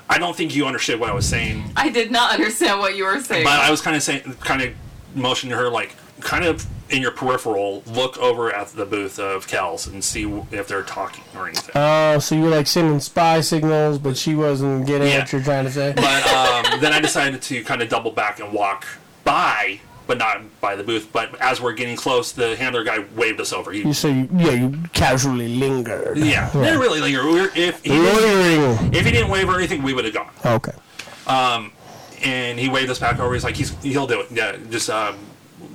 E: I don't think you understood what I was saying,
C: I did not understand what you were saying.
E: but I was kind of saying, kind of motioned to her, like, kind of in your peripheral, look over at the booth of Kel's and see if they're talking or anything.
D: Oh, so you were like sending spy signals, but she wasn't getting
E: Yeah.
D: what you're trying to say.
E: But um, then I decided to kind of double back and walk by, but not by the booth. But as we're getting close, the handler guy waved us over. He,
D: You so you, yeah, you casually lingered.
E: yeah, didn't really like we were- if he didn't,
D: Loitering.
E: if he didn't wave or anything, we would have gone.
D: Okay.
E: And he waved us back over. He's like, he's he'll do it. Yeah, just um,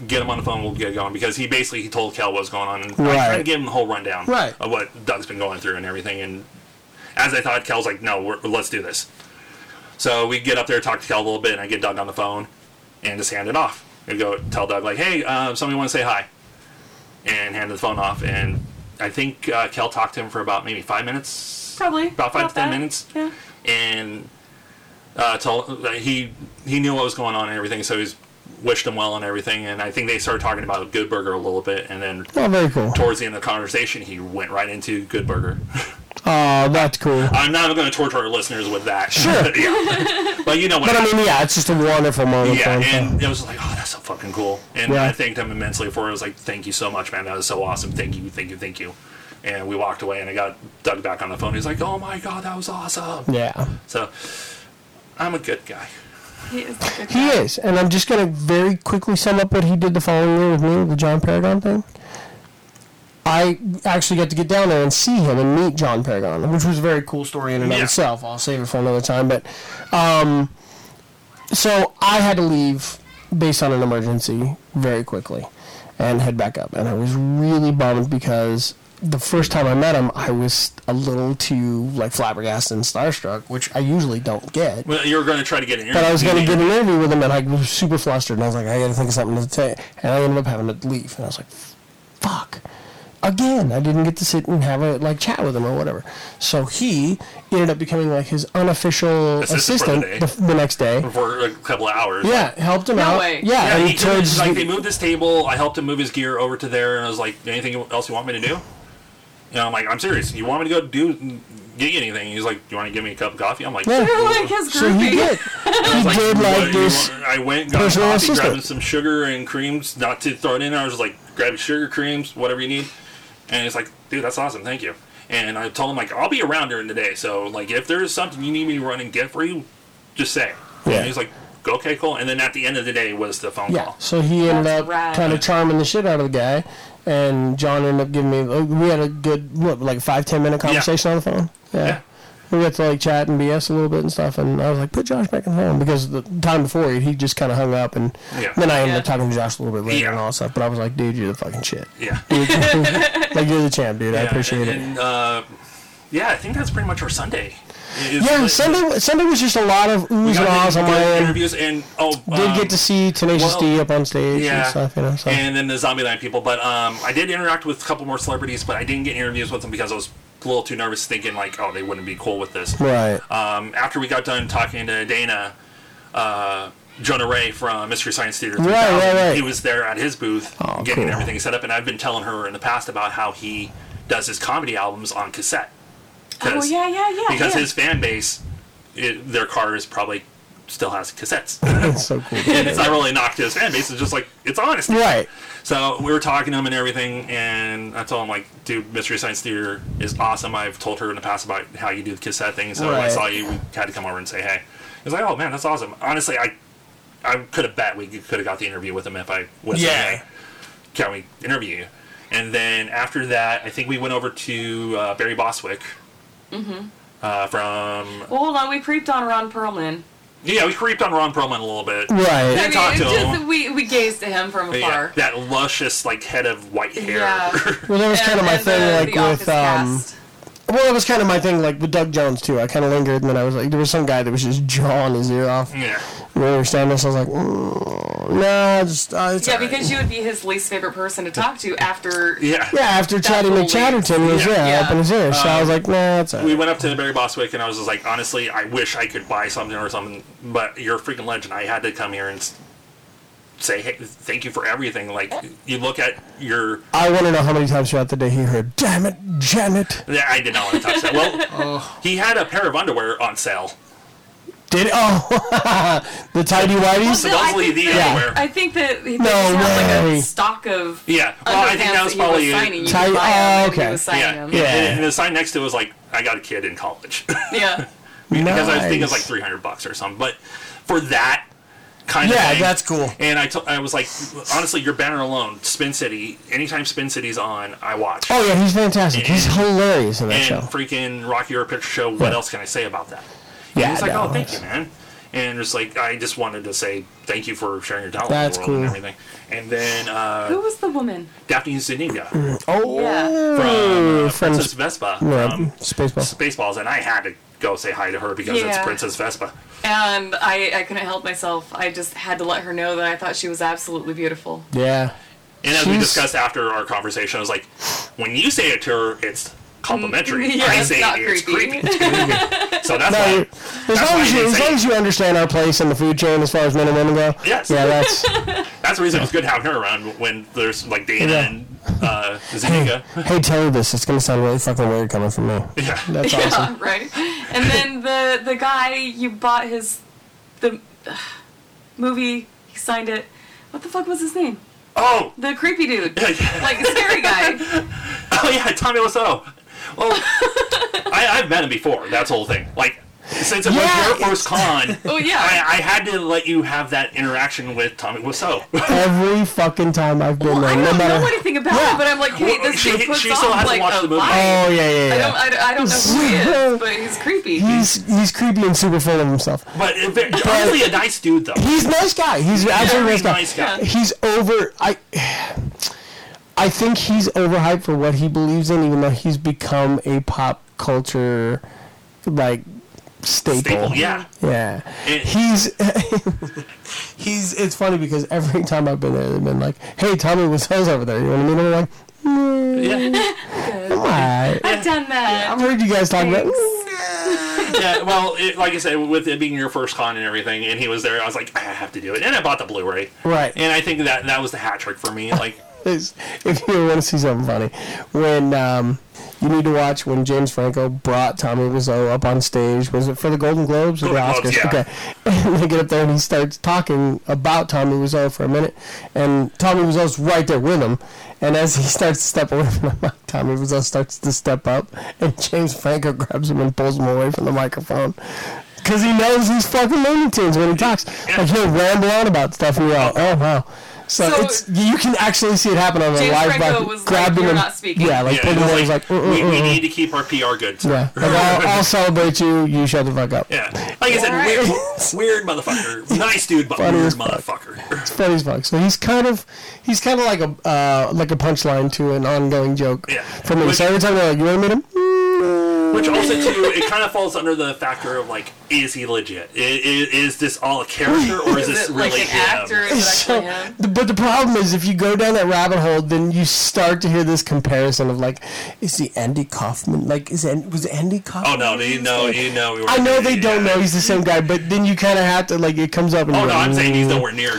E: get him on the phone. We'll get going because he basically he told Kel what was going on. And I tried to
D: Right.
E: give him the whole rundown
D: Right.
E: of what Doug's been going through and everything. And as I thought, Kel's like, no, we're, let's do this. So we get up there, talk to Kel a little bit, and I get Doug on the phone and just hand it off. And go tell Doug, like, hey, uh, somebody want to say hi. And hand the phone off. And I think uh, Kel talked to him for about maybe five minutes.
C: Probably.
E: About five
C: About
E: to ten
C: that.
E: minutes.
C: Yeah.
E: And uh, told, uh, he, he knew what was going on and everything, so he's wished him well and everything. And I think they started talking about Good Burger a little bit. And then
D: Oh, very cool.
E: towards the end of the conversation, he went right into Good Burger.
D: Oh, that's cool.
E: I'm not going to torture our listeners with that. Sure. But you know what?
D: But I mean, yeah, it's just a wonderful moment.
E: yeah,
D: for him.
E: and it was like, oh, that's so fucking cool. And
D: Yeah.
E: I thanked him immensely for it. I was like, thank you so much, man. That was so awesome. Thank you, thank you, thank you. And we walked away, and I got Doug back on the phone. He's like, oh my god, that was awesome.
D: yeah.
E: So I'm a good guy.
C: he is a good
D: He
C: guy.
D: is, and I'm just gonna very quickly sum up what he did the following year with me, with the John Paragon thing. I actually got to get down there and see him and meet John Paragon, which was a very cool story in and of
E: Yeah.
D: itself. I'll save it for another time, but um, so I had to leave based on an emergency very quickly and head back up, and I was really bummed because the first time I met him, I was a little too like flabbergasted and starstruck, which I usually don't get.
E: Well, you were going to try to get an
D: But I was going to
E: interview.
D: get an interview with him, and I was super flustered. And I was like, I got to think of something to say. And I ended up having to leave. And I was like, fuck. Again, I didn't get to sit and have a like chat with him or whatever. So he ended up becoming like his unofficial
E: Assistant for
D: assistant,
E: the day.
D: the, f- the next day.
E: for a couple of hours.
D: Yeah, helped him out.
C: way.
D: Yeah,
E: Yeah,
D: and
E: he
D: he told
E: told, like they moved this table. I helped him move his gear over to there, and I was like, "Anything else you want me to do?" And I'm like, "I'm serious. You want me to go do get you anything?" He's like, "You want to give me a cup of coffee?" I'm like,
D: Yeah.
C: You're like his groupie.
D: so he did. He
E: Like,
D: did
E: what
D: like
E: do you
D: this.
E: want? I went, got
D: personal
E: coffee,
D: assistant.
E: grabbed him some sugar and creams, not to throw it in. I was like, grab sugar creams, whatever you need. And it's like, dude, that's awesome, thank you. And I told him like, I'll be around during the day, so like, if there's something you need me to run and get for you, just say.
D: Yeah.
E: And he's like, "Go, okay, cool. And then at the end of the day was the phone
D: Yeah,
E: call.
D: so he ended
C: That's
D: up
C: rad.
D: kind of charming the shit out of the guy, and John ended up giving me. We had a good what, like five ten minute conversation on the phone.
E: Yeah.
D: Yeah. we got to like chat and BS a little bit and stuff, and I was like, put Josh back in the phone because the time before he, he just kind of hung up, and
E: Yeah.
D: then I ended up
C: Yeah.
D: talking to Josh a little bit later
E: Yeah.
D: and all that stuff. But I was like, dude, you're the fucking shit.
E: Yeah.
D: like you're the champ, dude. I
E: Yeah,
D: appreciate
E: and,
D: it.
E: And, uh, yeah, I think that's pretty much our Sunday. It's
D: Yeah,
E: like-
D: Sunday Sunday was just a lot of
E: we
D: oohs and
E: got
D: ahs
E: to
D: on my
E: do
D: end.
E: interviews and oh,
D: Did
E: um,
D: get to see Tenacious
E: well,
D: D up on stage and
E: yeah,
D: stuff, you know. So.
E: and then the Zombie Land people. But um, I did interact with a couple more celebrities, but I didn't get interviews with them because I was a little too nervous, thinking like, oh, they wouldn't be cool with this.
D: right.
E: Um, after we got done talking to Dana, uh, Jonah Ray from Mystery Science Theater,
D: Right, right,
E: 3000,
D: right.
E: he was there at his booth
D: Oh,
E: getting
D: cool.
E: everything set up, and I've been telling her in the past about how he does his comedy albums on cassette.
C: Oh
E: 'Cause-
C: yeah, yeah, yeah.
E: because
C: yeah.
E: his fan base, it, their car is probably still has cassettes.
D: That's so cool.
E: and it's not really knocked to his fan base. It's just like it's honest.
D: right.
E: So we were talking to him and everything, and I told him like, dude, Mystery Science Theater is awesome. I've told her in the past about how you do the cassette thing. So when I
D: Right.
E: saw you, we had to come over and say hey. He's like, oh man, that's awesome. Honestly, I I could have bet we could have got the interview with him if I was
D: Yeah.
E: Can we interview you? And then after that, I think we went over to uh, Barry Boswick uh, from
C: Well, hold on. We creeped on Ron Perlman.
E: Yeah, we creeped on Ron Perlman a little bit.
C: I
D: Right.
C: mean,
E: talked
C: it
E: to
C: just,
E: him.
C: we we gazed at him from
E: But
C: afar.
E: Yeah, that luscious like head of white hair.
C: Yeah.
D: Well, that was kind of my
C: And- and the-
D: thing,
C: the
D: like
C: Office
D: with um,
C: cast.
D: Well, that was kind of my thing, like with Doug Jones too. I kind of lingered, and then I was like, there was some guy that was just jawing his ear off.
E: Yeah.
D: You understand this? I was like, mm, no, just uh, it's
C: Yeah,
D: all right."
C: because you would be his least favorite person to talk to after.
E: Yeah.
D: yeah. After Chatty
C: whole
D: McChatterton was
E: Yeah,
D: yeah,
C: yeah.
D: up in his ear, so I was like, nah, it's all
E: We
D: right.
E: went up to Barry Boswick and I was just like, honestly, I wish I could buy something or something, but you're a freaking legend. I had to come here and s- say hey, thank you for everything. Like, you look at your.
D: I want to know how many times throughout the day he heard, "Damn it, Janet."
E: Yeah, I did not want to touch that. Well, he had a pair of underwear on sale.
D: Did oh the tidy whities?
C: Well, I
E: Supposedly
C: think
E: the
C: that-
E: underwear.
C: I think that he
D: No
C: just had like
D: way.
C: a stock of
E: Yeah. Well, I think
C: underpants
E: that was
C: he was
E: probably.
C: signing. You could
D: Tight-
C: buy 'em
D: oh,
C: and he
D: okay.
C: was signing
E: yeah.
C: 'em.
E: yeah.
D: Yeah.
E: And the sign next to it was like, I got a kid in college.
C: yeah.
E: because I think it's
D: Nice.
E: like 300 bucks or something. But for that kind of
D: Yeah,
E: thing-
D: that's cool.
E: And I, t- I was like, honestly, your banner alone, Spin City. Anytime Spin City's on, I watch.
D: Oh yeah, he's fantastic. He's hilarious in that
E: and
D: show.
E: freaking Rocky Horror Picture Show. What
D: Yeah.
E: else can I say about that?
D: yeah,
E: And it's like,
D: no,
E: oh, thank you,
D: that's-
E: man. And it's like, I just wanted to say thank you for sharing your talent
D: That's
E: with the world and
D: cool.
E: everything. And then uh,
C: Who was the woman?
E: Daphne Zuniga from
D: Oh,
C: Yeah.
E: uh,
D: from
E: Princess Vespa,
D: yeah,
E: um,
D: Spaceballs.
E: Spaceballs, and I had to go say hi to her because it's
C: Yeah.
E: Princess Vespa.
C: And I, I couldn't help myself. I just had to let her know that I thought she was absolutely beautiful.
D: Yeah.
E: And as we
D: She's-
E: discussed after our conversation, I was like, when you say it to her, it's complimentary.
C: Yeah,
E: I
C: it's
E: say
C: not
E: it, it's
C: creepy.
E: creepy. so that's
D: No,
E: why.
D: you- as long
E: why
D: as
E: I
D: you
E: didn't
D: as
E: say
D: long
E: it.
D: as you understand our place in the food chain as far as men and women go.
E: Yes.
D: Yeah, that's
E: That's the reason it's good having her around when there's like Dana
D: Yeah. Hmm.
E: and uh, Zuniga.
D: hey Terry this, it's gonna sound really fucking weird coming from me.
E: Yeah.
D: That's
C: Yeah,
D: awesome.
C: right. And then the the guy you bought his the ugh, movie, he signed it. What the fuck was his name?
E: Oh,
C: The creepy dude.
E: yeah.
C: Like scary guy.
E: oh yeah, Tommy Wiseau. Well, I, I've met him before. That's the whole thing. Like since it
D: Yeah,
E: was your first con,
C: Oh yeah.
E: I, I had to let you have that interaction with Tommy Wiseau.
D: Every fucking time I've been
C: Well, I
D: there, no
C: don't know
D: matter
C: anything about
D: Yeah.
C: it, but I'm like, hey, this
E: She-
C: dude puts
E: she
C: on
E: still hasn't
C: like
E: watched
C: a
E: the movie.
C: vibe.
D: Oh yeah, yeah,
C: I don't,
D: yeah.
C: I, don't- I don't know who he is, but he's creepy.
D: He's he's creepy and super full of himself.
E: but it- really a nice dude though.
D: He's a nice guy. He's an absolutely
E: Very
D: nice guy.
E: nice guy.
D: He's over I I think he's overhyped for what he believes in, even though he's become a pop culture like staple.
E: Staple, yeah.
D: Yeah.
E: It-
D: he's he's it's funny because every time I've been there they've been like, Hey Tommy Wiseau's over there, you wanna meet him? I'm like,
E: Yeah.
D: Alright.
C: I've done that.
D: I've heard you guys talk about
E: yeah, well, it, like I said, with it being your first con and everything, and he was there, I was like, I have to do it, and I bought the Blu-ray.
D: Right.
E: And I think that that was the hat trick for me. Like,
D: is if you want to see something funny, when um, you need to watch when James Franco brought Tommy Wiseau up on stage. Was it for the Golden Globes or the
E: Golden
D: Oscars?
E: Globes, yeah.
D: Okay, and they get up there and he starts talking about Tommy Wiseau for a minute, and Tommy Wiseau's right there with him. And as he starts to step away from the mic, Tommy Wiseau starts to step up, and James Franco grabs him and pulls him away from the microphone. Because he knows he's fucking Looney Tunes when he talks. Like, he'll ramble on about stuff, and you're all, oh, wow. So,
C: So-
D: it's, you can actually see it happen on a
C: James
D: live
C: Franco
D: mic-
C: was like,
D: grabbed him
C: "You're
D: and-
C: not speaking."
D: Yeah, like
E: yeah,
D: pulled
E: it
D: him
E: was
D: away. He's
E: like,
D: like, "Uh, uh,
E: we, we
D: uh, uh."
E: need to keep our PR good.
D: yeah. Like, I'll, I'll celebrate you. You shut the fuck up.
E: Yeah. Like I said,
C: Alright.
E: weird, weird motherfucker. Nice dude, but
D: Funny
E: weird
D: as fuck.
E: motherfucker.
D: It's funny as fuck. So he's kind of, he's kind of like a uh, like a punchline to an ongoing joke
E: Yeah.
D: for me.
E: Which-
D: so every time they're like, "You want to meet him?"
E: Which also, too, it kind of falls under the factor of, like, is he legit? Is, is this all a character, or
C: Is
E: is this
C: it
E: really
C: like an
E: him?
C: actor? Is it
D: So,
C: actually him?
D: the- but the problem is, if you go down that rabbit hole, then you start to hear this comparison of like, is he Andy Kaufman? Like, is and was Andy
E: Oh,
D: Kaufman?
E: no, you know, you know. we were-
D: I know they don't
E: yeah.
D: know he's the same guy, but then you kind of have to like it comes up. And
E: Oh
D: you're
E: no,
D: like,
E: I'm saying he's nowhere near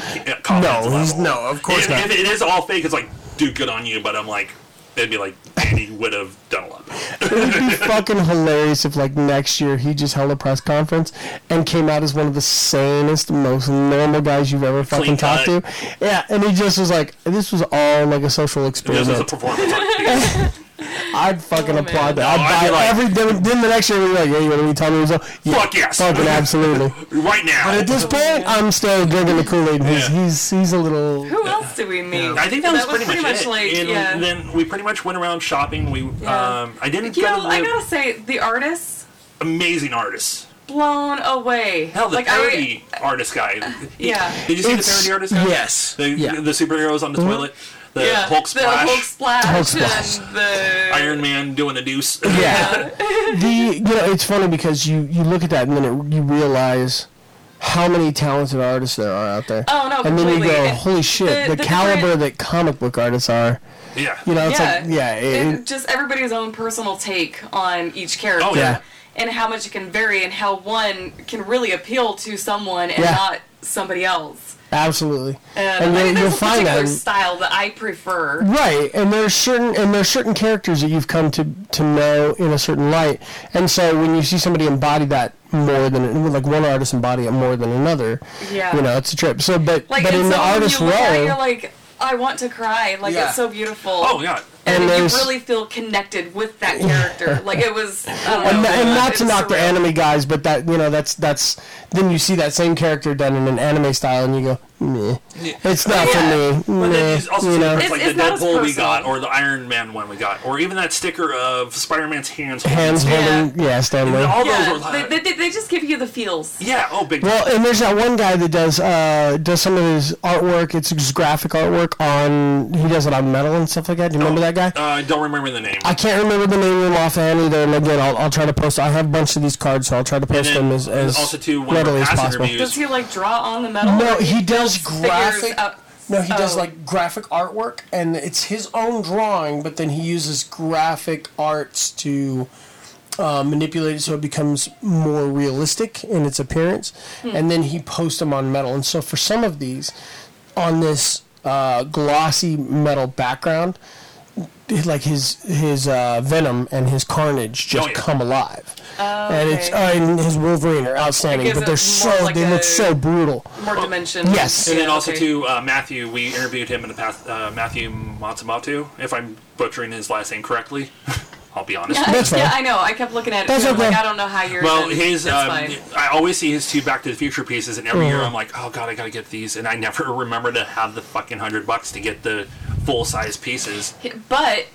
E: Collins level.
D: No, he's- no, of course
E: if,
D: not.
E: If it is all fake, it's like, dude, good on you. But I'm like, it'd be like, Andy would have done a lot. better.
D: It'd be fucking hilarious if, like, next year he just held a press conference and came out as one of the sanest, most normal guys you've ever fucking
E: Clean
D: talked
E: cut.
D: to. Yeah, and he just was like, this was all like a social
E: This was a
D: experiment.
E: performance. art piece.
D: I'd fucking
C: Oh, man.
D: applaud that.
E: No,
D: I'd
E: I'd
D: buy
E: be like-
D: every. Then, then the next year we'd be like, yeah, you want to be Tommy Wiseau? Yeah,
E: Fuck yes.
D: Fucking absolutely.
E: right now.
D: Oh, But at this point, I'm still drinking the Kool Aid. He's,
E: Yeah.
D: he's he's a little.
C: Who else did we meet?
E: I think that, was, pretty, much, it.
C: like
E: and
C: yeah.
E: then we pretty much went around shopping. We,
C: Yeah.
E: um, I didn't
C: you
E: go
C: know,
E: to
C: I
E: the
C: gotta say, the artists
E: amazing artists.
C: blown away.
E: Hell, the
C: like I,
E: parody artist guy.
C: yeah.
E: Did you see
D: It's-
E: the parody artist guy?
D: yes.
E: The,
D: Yeah. Mm-hmm.
E: the superheroes on the toilet. the
C: yeah,
E: Hulk splash,
C: the Hulk splash,
D: Hulk splash.
C: and the
E: Iron Man doing a deuce.
D: Yeah. the you know it's funny because you you look at that and then it, you realize how many talented artists there are out there.
C: Oh, no,
D: And then you
C: completely.
D: go,
C: And
D: holy shit,
C: the-
D: the,
C: the
D: caliber
C: different-
D: that comic book artists are.
E: yeah.
D: You know, it's
C: yeah,
D: like yeah, it,
C: and just everybody's own personal take on each character.
E: Oh yeah.
D: Yeah.
C: and how much it can vary and how one can really appeal to someone and
D: Yeah.
C: not somebody else.
D: absolutely.
C: And,
D: And
C: I mean,
D: you'll-
C: there's
D: you'll
C: a
D: find
C: particular
D: that-
C: style that I prefer.
D: Right, and there's certain and there's certain characters that you've come to to know in a certain light, and so when you see somebody embody that more than like one artist embody it more than another,
C: Yeah.
D: you know it's a trip. So, but
C: Like,
D: but
C: and
D: in the
C: so when
D: artist
C: you
D: role,
C: look at it, you're like, I want to cry. Like,
D: Yeah.
C: it's so beautiful.
E: Oh yeah.
C: And,
D: And
C: you
D: there's-
C: really feel connected with that character. like, it was. I don't
D: and,
C: know,
D: and
C: it
D: not
C: was
D: to knock the
C: surreal.
D: anime guys, but that you know that's that's then you see that same character done in an anime style, and you go, meh, it's not for me,
E: But then you
D: meh,
E: also
D: you
E: see
D: know.
E: it's, like
C: It's- it's
E: the
C: not as
E: Deadpool we
C: personal.
E: got, or the Iron Man one we got, or even that sticker of Spider-Man's hands.
D: Hands holding, yeah, Stanley.
E: All
C: Yeah,
E: those were like,
C: they, they, they just give you the feels.
E: yeah. Oh, big.
D: Well, and there's that one guy that does uh, does some of his artwork. It's his graphic artwork on he does it on metal and stuff like that. Do you remember that guy?
E: Uh, I don't remember the name.
D: I can't remember the name of him offhand either. And again, I'll, I'll try to post. I have a bunch of these cards, so I'll try to
E: And
D: post
E: then
D: them as, as
E: also too one of our
D: readily as
E: past
D: possible.
C: Does
E: interviews.
C: he, like, draw on the metal?
D: No,
C: Like,
D: he does
C: figures
D: graphic.
C: out-
D: No, he does
C: Oh.
D: like graphic artwork, and it's his own drawing, but then he uses graphic arts to uh, manipulate it so it becomes more realistic in its appearance, and then he posts them on metal. And so for some of these, on this uh, glossy metal background, like his his uh, Venom and his Carnage just
E: Oh, yeah.
D: come alive, and it's
C: okay.
D: uh, and his Wolverine are outstanding,
C: gives
D: but they're
C: it more
D: so
C: like
D: they
C: a-
D: look so brutal.
C: More dimension.
D: uh, yes.
E: And then
C: Yeah,
E: also
C: okay.
E: too uh, Matthew, we interviewed him in the past. Uh, Matthew Matsumoto, if I'm butchering his last name correctly, I'll be honest.
D: That's fine.
C: Yeah, I know. I kept looking at it.
D: That's
C: too. I'm Like,
D: okay.
C: I don't know how you're.
E: Well,
C: even-
E: his
C: it's
E: um,
C: fine.
E: I always see his two Back to the Future pieces, and every year I'm like, oh god, I gotta get these, and I never remember to have the fucking hundred bucks to get the full size pieces.
C: But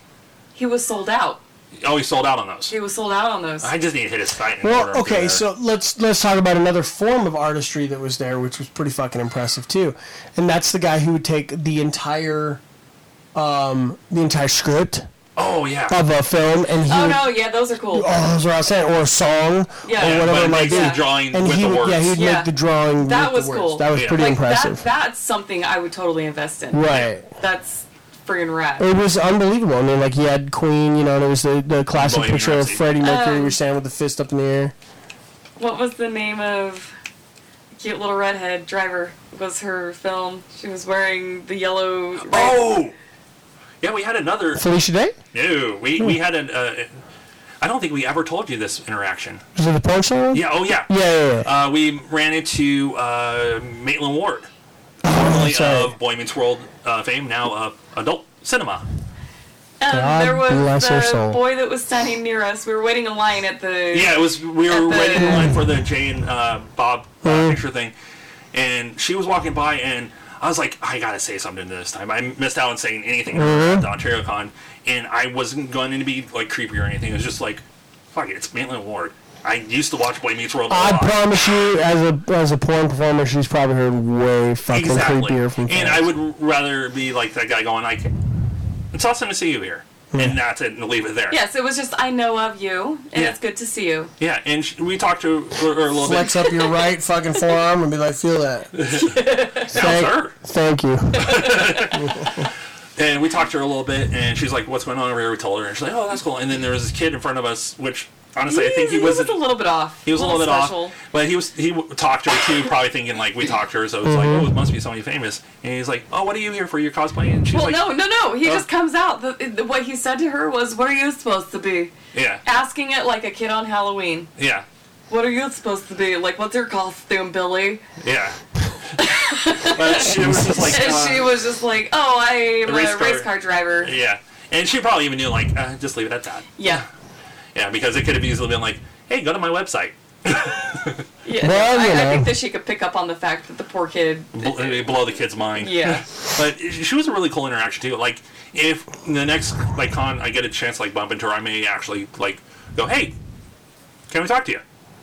C: he was sold out.
E: Oh, he sold out on those.
C: He was sold out on those.
E: I just need to hit his site. And order 'em
D: Well,
E: from
D: okay,
E: there.
D: so let's let's talk about another form of artistry that was there, which was pretty fucking impressive too, and that's the guy who would take the entire, um, the entire script
E: oh yeah,
D: of a film, and he
C: oh
D: would,
C: no, yeah, those are cool.
D: oh, that's what I was saying, or a song,
C: Yeah.
D: or
C: Yeah,
E: but
D: whatever
E: it
D: it might
E: makes
D: be,
E: the drawing
D: and
E: with
D: he
E: the
D: would,
E: words.
D: yeah, he'd
C: Yeah.
D: make the drawing.
C: That
D: with
C: was
D: the words.
C: cool.
D: That was
E: Yeah.
D: pretty
E: Like,
C: like
D: impressive.
C: that, that's something I would totally invest in.
D: right.
C: That's friggin' rad.
D: It was unbelievable. I mean, like he had Queen, you know, and it was the, the classic
E: Bohemian
D: picture of
E: Rhapsody.
D: Freddie Mercury
C: Um,
D: we standing with the fist up in the air.
C: What was the name of cute little redhead driver? Was her film? She was wearing the yellow. red-
E: oh yeah, we had another.
D: Felicia Day?
E: No, we
D: Hmm.
E: we had an. Uh, I don't think we ever told you this interaction.
D: Was it the punchline?
E: Yeah. Oh yeah.
D: Yeah, yeah, yeah.
E: Uh, we ran into uh, Maitland Ward, formerly
D: that's right.
E: of Boy Meets World uh, fame, now of adult cinema.
C: Um,
D: God
C: there was
D: bless
C: the
D: her soul.
C: boy that was standing near us. We were waiting in line at the.
E: Yeah, it was. We were
C: At the-
E: waiting in line for the Jay and uh, Bob uh,
D: Uh-huh.
E: picture thing, and she was walking by, and I was like, I gotta say something this time. I missed out on saying anything
D: Uh-huh.
E: about the Ontario Con, and I wasn't going to be like creepy or anything. It was just like, fuck it, it's Maitland Ward. I used to watch Boy Meets World. a
D: I
E: lot.
D: promise you, as a as a porn performer, she's probably heard way fucking creepier from
E: And
D: fans.
E: I would rather be like that guy going, like, it's awesome to see you here.
D: Hmm.
E: And that's it, and leave it there.
C: Yes, it was just I know of you, and
E: Yeah.
C: it's good to see you.
E: Yeah, and sh- we talked to her, her a little
D: flex up your right fucking forearm and be like, "Feel that."
E: bit. Now, sir.
D: Thank you.
E: And we talked to her a little bit, and she's like, what's going on over here? We told her, and she's like, oh, that's cool. And then there was this kid in front of us, which, honestly, I think he
C: was
E: wasn't.
C: a little bit off.
E: He was a little bit
C: special.
E: off, but he was he w- talked to her too, probably thinking like we talked to her, so it's like oh it must be somebody famous. And he's like, oh, what are you here for? Your cosplay? And she's
C: Well,
E: like,
C: no, no, no. He
E: Oh.
C: just comes out. The, the, what he said to her was, "What are you supposed to be?"
E: yeah,
C: Asking it like a kid on Halloween.
E: yeah,
C: What are you supposed to be? Like, what's your costume, Billy?
E: yeah. but she was just like,
C: and
E: uh,
C: she was just like, "Oh, I'm
E: a
C: a
E: race
C: race,
E: car-
C: car driver."
E: Yeah, and she probably even knew like uh, just leave it at that.
C: Yeah.
E: Yeah, because it could have easily been like, hey, go to my website.
C: Yeah.
D: Well, you
C: I, I
D: know.
C: think that she could pick up on the fact that the poor kid.
E: Bl- it blow the kid's mind.
C: Yeah.
E: But she was a really cool interaction too. Like if the next like con I get a chance to, like bump into her, I may actually like go, hey, can we talk to you?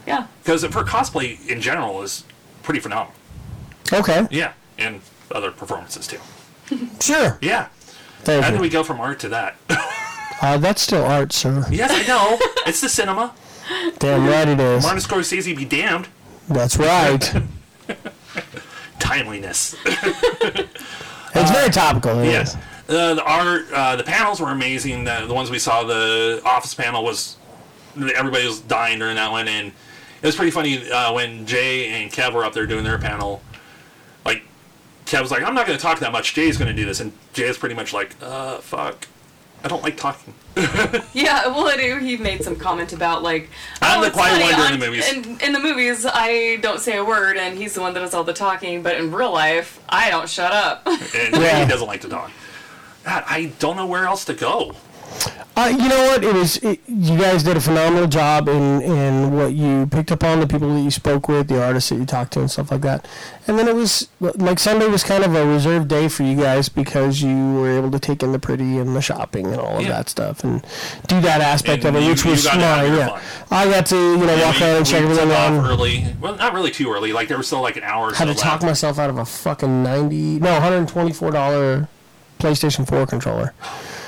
C: Yeah.
E: Because her cosplay in general is pretty phenomenal.
D: Okay,
E: Yeah, and other performances too.
D: sure.
E: Yeah.
D: Thank
E: How
D: you.
E: did we go from art to that?
D: Uh, that's still art, sir.
E: yes, I know. It's the cinema.
D: Damn right it is.
E: Martin Scorsese be damned.
D: That's right.
E: Timeliness.
D: It's very topical. it
E: Yes.
D: is.
E: Uh, the art, uh, the panels were amazing. The, the ones we saw, the office panel was everybody was dying during that one, and it was pretty funny uh, when Jay and Kev were up there doing their panel. Like, Kev was like, "I'm not going to talk that much. Jay's going to do this," and Jay's pretty much like, "Uh, fuck, I don't like talking."
C: Yeah, well, I do. He made some comment about like oh,
E: I'm the
C: it's
E: quiet
C: funny,
E: one during
C: I'm-
E: the movies."
C: In, in the movies, I don't say a word, and he's the one that does all the talking. But in real life, I don't shut up.
E: And
D: Yeah.
E: he doesn't like to talk. God, I don't know where else to go.
D: Uh, you know what? It was it, you guys did a phenomenal job in in what you picked up on, the people that you spoke with, the artists that you talked to, and stuff like that. And then it was like Sunday was kind of a reserved day for you guys because you were able to take in the pretty and the shopping and all of
E: Yeah.
D: that stuff and do that aspect
E: And
D: of it,
E: you-
D: which
E: you
D: was
E: got to have
D: mine.
E: your
D: Yeah,
E: fun.
D: I got to you know walk around
E: We-
D: and
E: we
D: check everything
E: took off
D: out.
E: early. Well, not really too early. Like there was still like an hour. Or
D: Had
E: so
D: to talk
E: left.
D: myself out of a fucking ninety no, hundred and twenty four dollar PlayStation Four controller.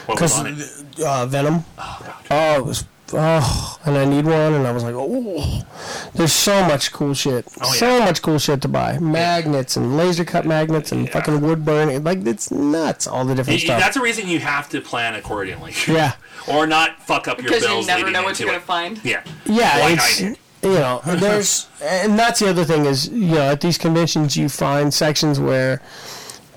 E: What was
D: Because
E: on it.
D: uh, Venom. Oh, it was. Oh, and I need one, and I was like, oh, there's so much cool shit,
E: Oh,
D: so much cool shit to buy. Magnets and laser cut magnets and fucking wood burning, like it's nuts. All the different
E: Y-
D: stuff.
E: That's the reason you have to plan accordingly.
D: yeah,
E: or not fuck up your
C: Because you
E: bills.
C: never
E: leading
C: know what
E: into
C: you're gonna
E: it.
C: find.
E: Yeah.
D: yeah.
E: Like I
D: it's
E: did.
D: you know, there's, and that's the other thing is, you know, at these conventions you find sections where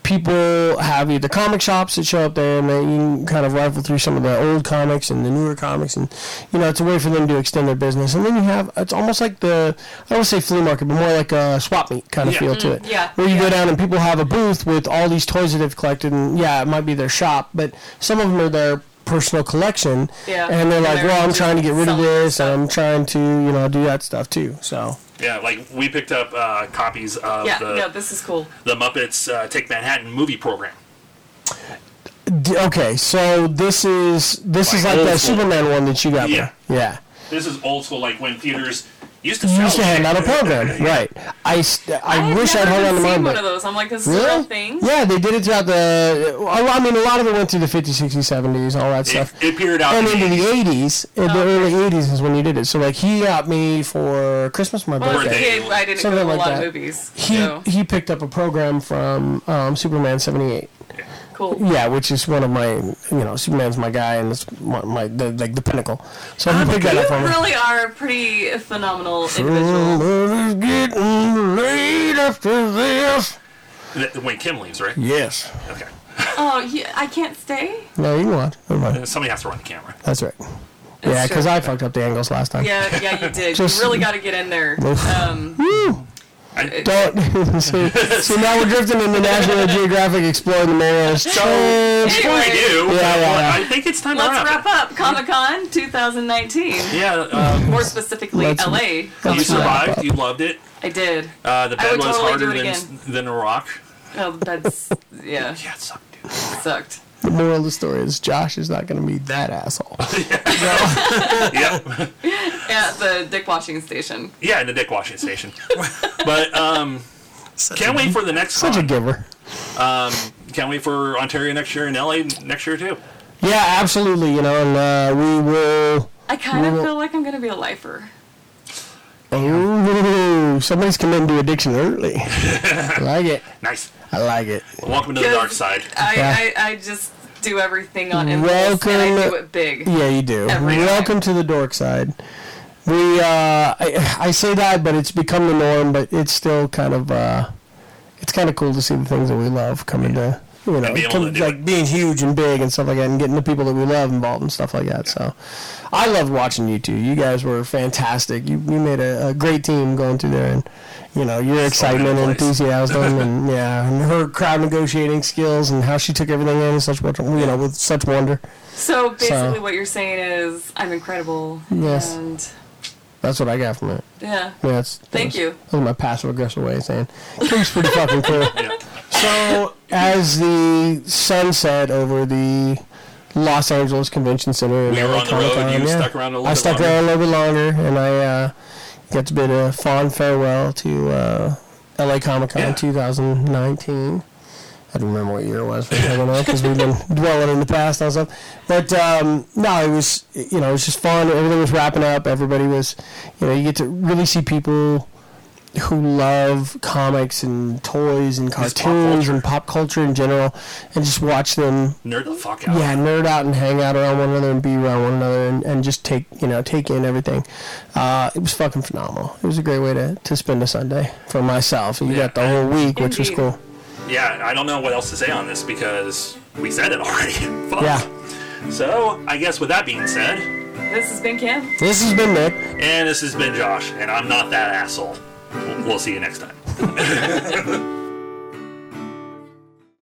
D: people have either comic shops that show up there and they you can kind of rifle through some of the old comics and the newer comics and you know it's a way for them to extend their business and then you have it's almost like the I don't want to say flea market but more like a swap meet kind of
E: Yeah.
D: feel to it
C: yeah,
D: where you go
C: yeah.
D: down and people have a booth with all these toys that they've collected and yeah it might be their shop but some of them are their personal collection
C: Yeah.
D: and they're
C: And
D: like
C: they're
D: well I'm
C: just
D: trying to get rid
C: selling
D: of this
C: stuff.
D: and I'm trying to you know do that stuff too so
E: Yeah, like we picked up uh, copies of
C: yeah,
E: the,
C: no, this is cool.
E: the Muppets uh, Take Manhattan movie program.
D: D- okay so this is this is
E: Like
D: like
E: old
D: that
E: school.
D: Superman one that you got me.
E: Yeah.
D: yeah.
E: This is old school, like when theaters used to
D: You
E: sell
D: used to
E: shit.
D: hand out a program, right? I, s- I,
C: had
D: wish I'd
C: never
D: hung on to
C: even
D: mine,
C: seen one of
D: but
C: those. I'm like, this is a real
D: really,
C: thing.
D: yeah, they did it throughout the. well, I mean, a lot of it went through the 50s, 60s, 70s, all that
E: It,
D: stuff,
E: it peered out.
D: and
E: to
D: into
E: be-
D: the 80s. In the early 80s is when you did it. So like, he got me for Christmas, my
C: Well, as a
D: birthday.
C: kid, I didn't
D: Something
C: go to a
D: like
C: lot
D: that.
C: of movies.
D: He
C: so
D: he picked up a program from um, Superman 78.
C: cool.
D: Yeah, which is one of my, you know, Superman's my guy, and it's my, my the, like the pinnacle. So he picked that
C: You
D: up for me.
C: really are a pretty phenomenal individual.
D: Mm, It's getting late after this.
E: Th- When Kim leaves, right?
D: Yes.
E: Okay.
C: Oh, yeah, I can't stay.
D: No, you can watch. Never mind.
E: Somebody has to run the camera.
D: That's right. Yeah,
C: true.
D: because I fucked up the angles last time.
C: Yeah, yeah, you did.
D: Just-
C: you really got to get in there. Um,
E: I,
D: Don't. so, so now we're drifting into National Geographic exploring the Marianas. Trench.
E: before I do,
D: Yeah, yeah.
E: I think it's time
C: let's
E: to wrap.
C: wrap up Comic Con 2019.
E: Yeah, um,
C: More specifically,
D: Let's-
C: LA.
E: you
C: Comic-Con.
E: survived. You loved it.
C: I did.
E: Uh, the
C: I
E: bed
C: would
E: was
C: totally
E: harder
C: do it
E: than
C: again.
E: than a rock.
C: Oh, that's yeah,
E: Yeah, it sucked, dude.
C: sucked.
D: The moral of the story is Josh is not going to be that asshole.
E: yeah.
C: At the dick washing station.
E: Yeah, in the dick washing station. but um, can't wait for the next
D: Such a
E: con.
D: giver.
E: Can't wait for Ontario next year and LA next year too.
D: Yeah, absolutely. You know, and uh, we will.
C: I kind of feel like I'm gonna be a lifer.
D: Ooh, Oh, somebody's committing to addiction early. I like it.
E: Nice.
D: I like it.
E: Welcome to the
C: Yes.
E: dark side.
C: I,
D: Yeah.
C: I, I just do everything on impulse and I
D: Welcome-
C: do it big.
D: Yeah, you do.
C: Every time.
D: Welcome to the dork side. We, uh, I, I say that, but it's become the norm. But it's still kind of, uh, it's kind of cool to see the things that we love coming to, you know,
E: being able
D: come-
E: to do
D: like
E: it.
D: being huge and big and stuff like that, and getting the people that we love involved and stuff like that. So, I loved watching you two. You guys were fantastic. You you made a, a great team going through there, and you know your excitement and
E: place.
D: enthusiasm, and yeah, and her crowd negotiating skills and how she took everything in and such, you know, with such wonder.
C: So basically,
D: So-
C: what you're saying is I'm incredible.
D: Yes.
C: And
D: That's what I got from it.
C: yeah.
D: Yeah, that's,
C: Thank
D: that's-
C: you.
D: That was my passive aggressive way of saying it's pretty fucking cool.
E: Yeah.
D: So as the sun set over the Los Angeles Convention Center, and
E: We were
D: LA
E: on the road,
D: Comic-Con,
E: you
D: yeah.
E: stuck around a little
D: I
E: bit
D: stuck
E: longer.
D: around a little bit longer, and I uh, got to bid a fond farewell to uh, LA Comic Con
E: Yeah.
D: 2019. I don't remember what year it was for because we've been dwelling in the past and stuff. But um, no, it was you know it was just fun. Everything was wrapping up. Everybody was you know you get to really see people who love comics and toys and
E: Just pop
D: cartoons
E: culture.
D: and pop culture in general, and just watch them
E: Nerd the fuck out.
D: yeah, nerd out and hang out around one another and be around one another and, and just take you know take in everything. Uh, it was fucking phenomenal. It was a great way to, to spend a Sunday for myself. You
E: Yeah.
D: got the whole week, which was
C: Indeed.
D: cool.
E: Yeah, I don't know what else to say on this because we said it already. Fuck.
D: Yeah.
E: So I guess with that being said,
C: This has been Kim.
D: This has been Nick.
E: and this has been Josh, and I'm not that asshole. We'll see you next time.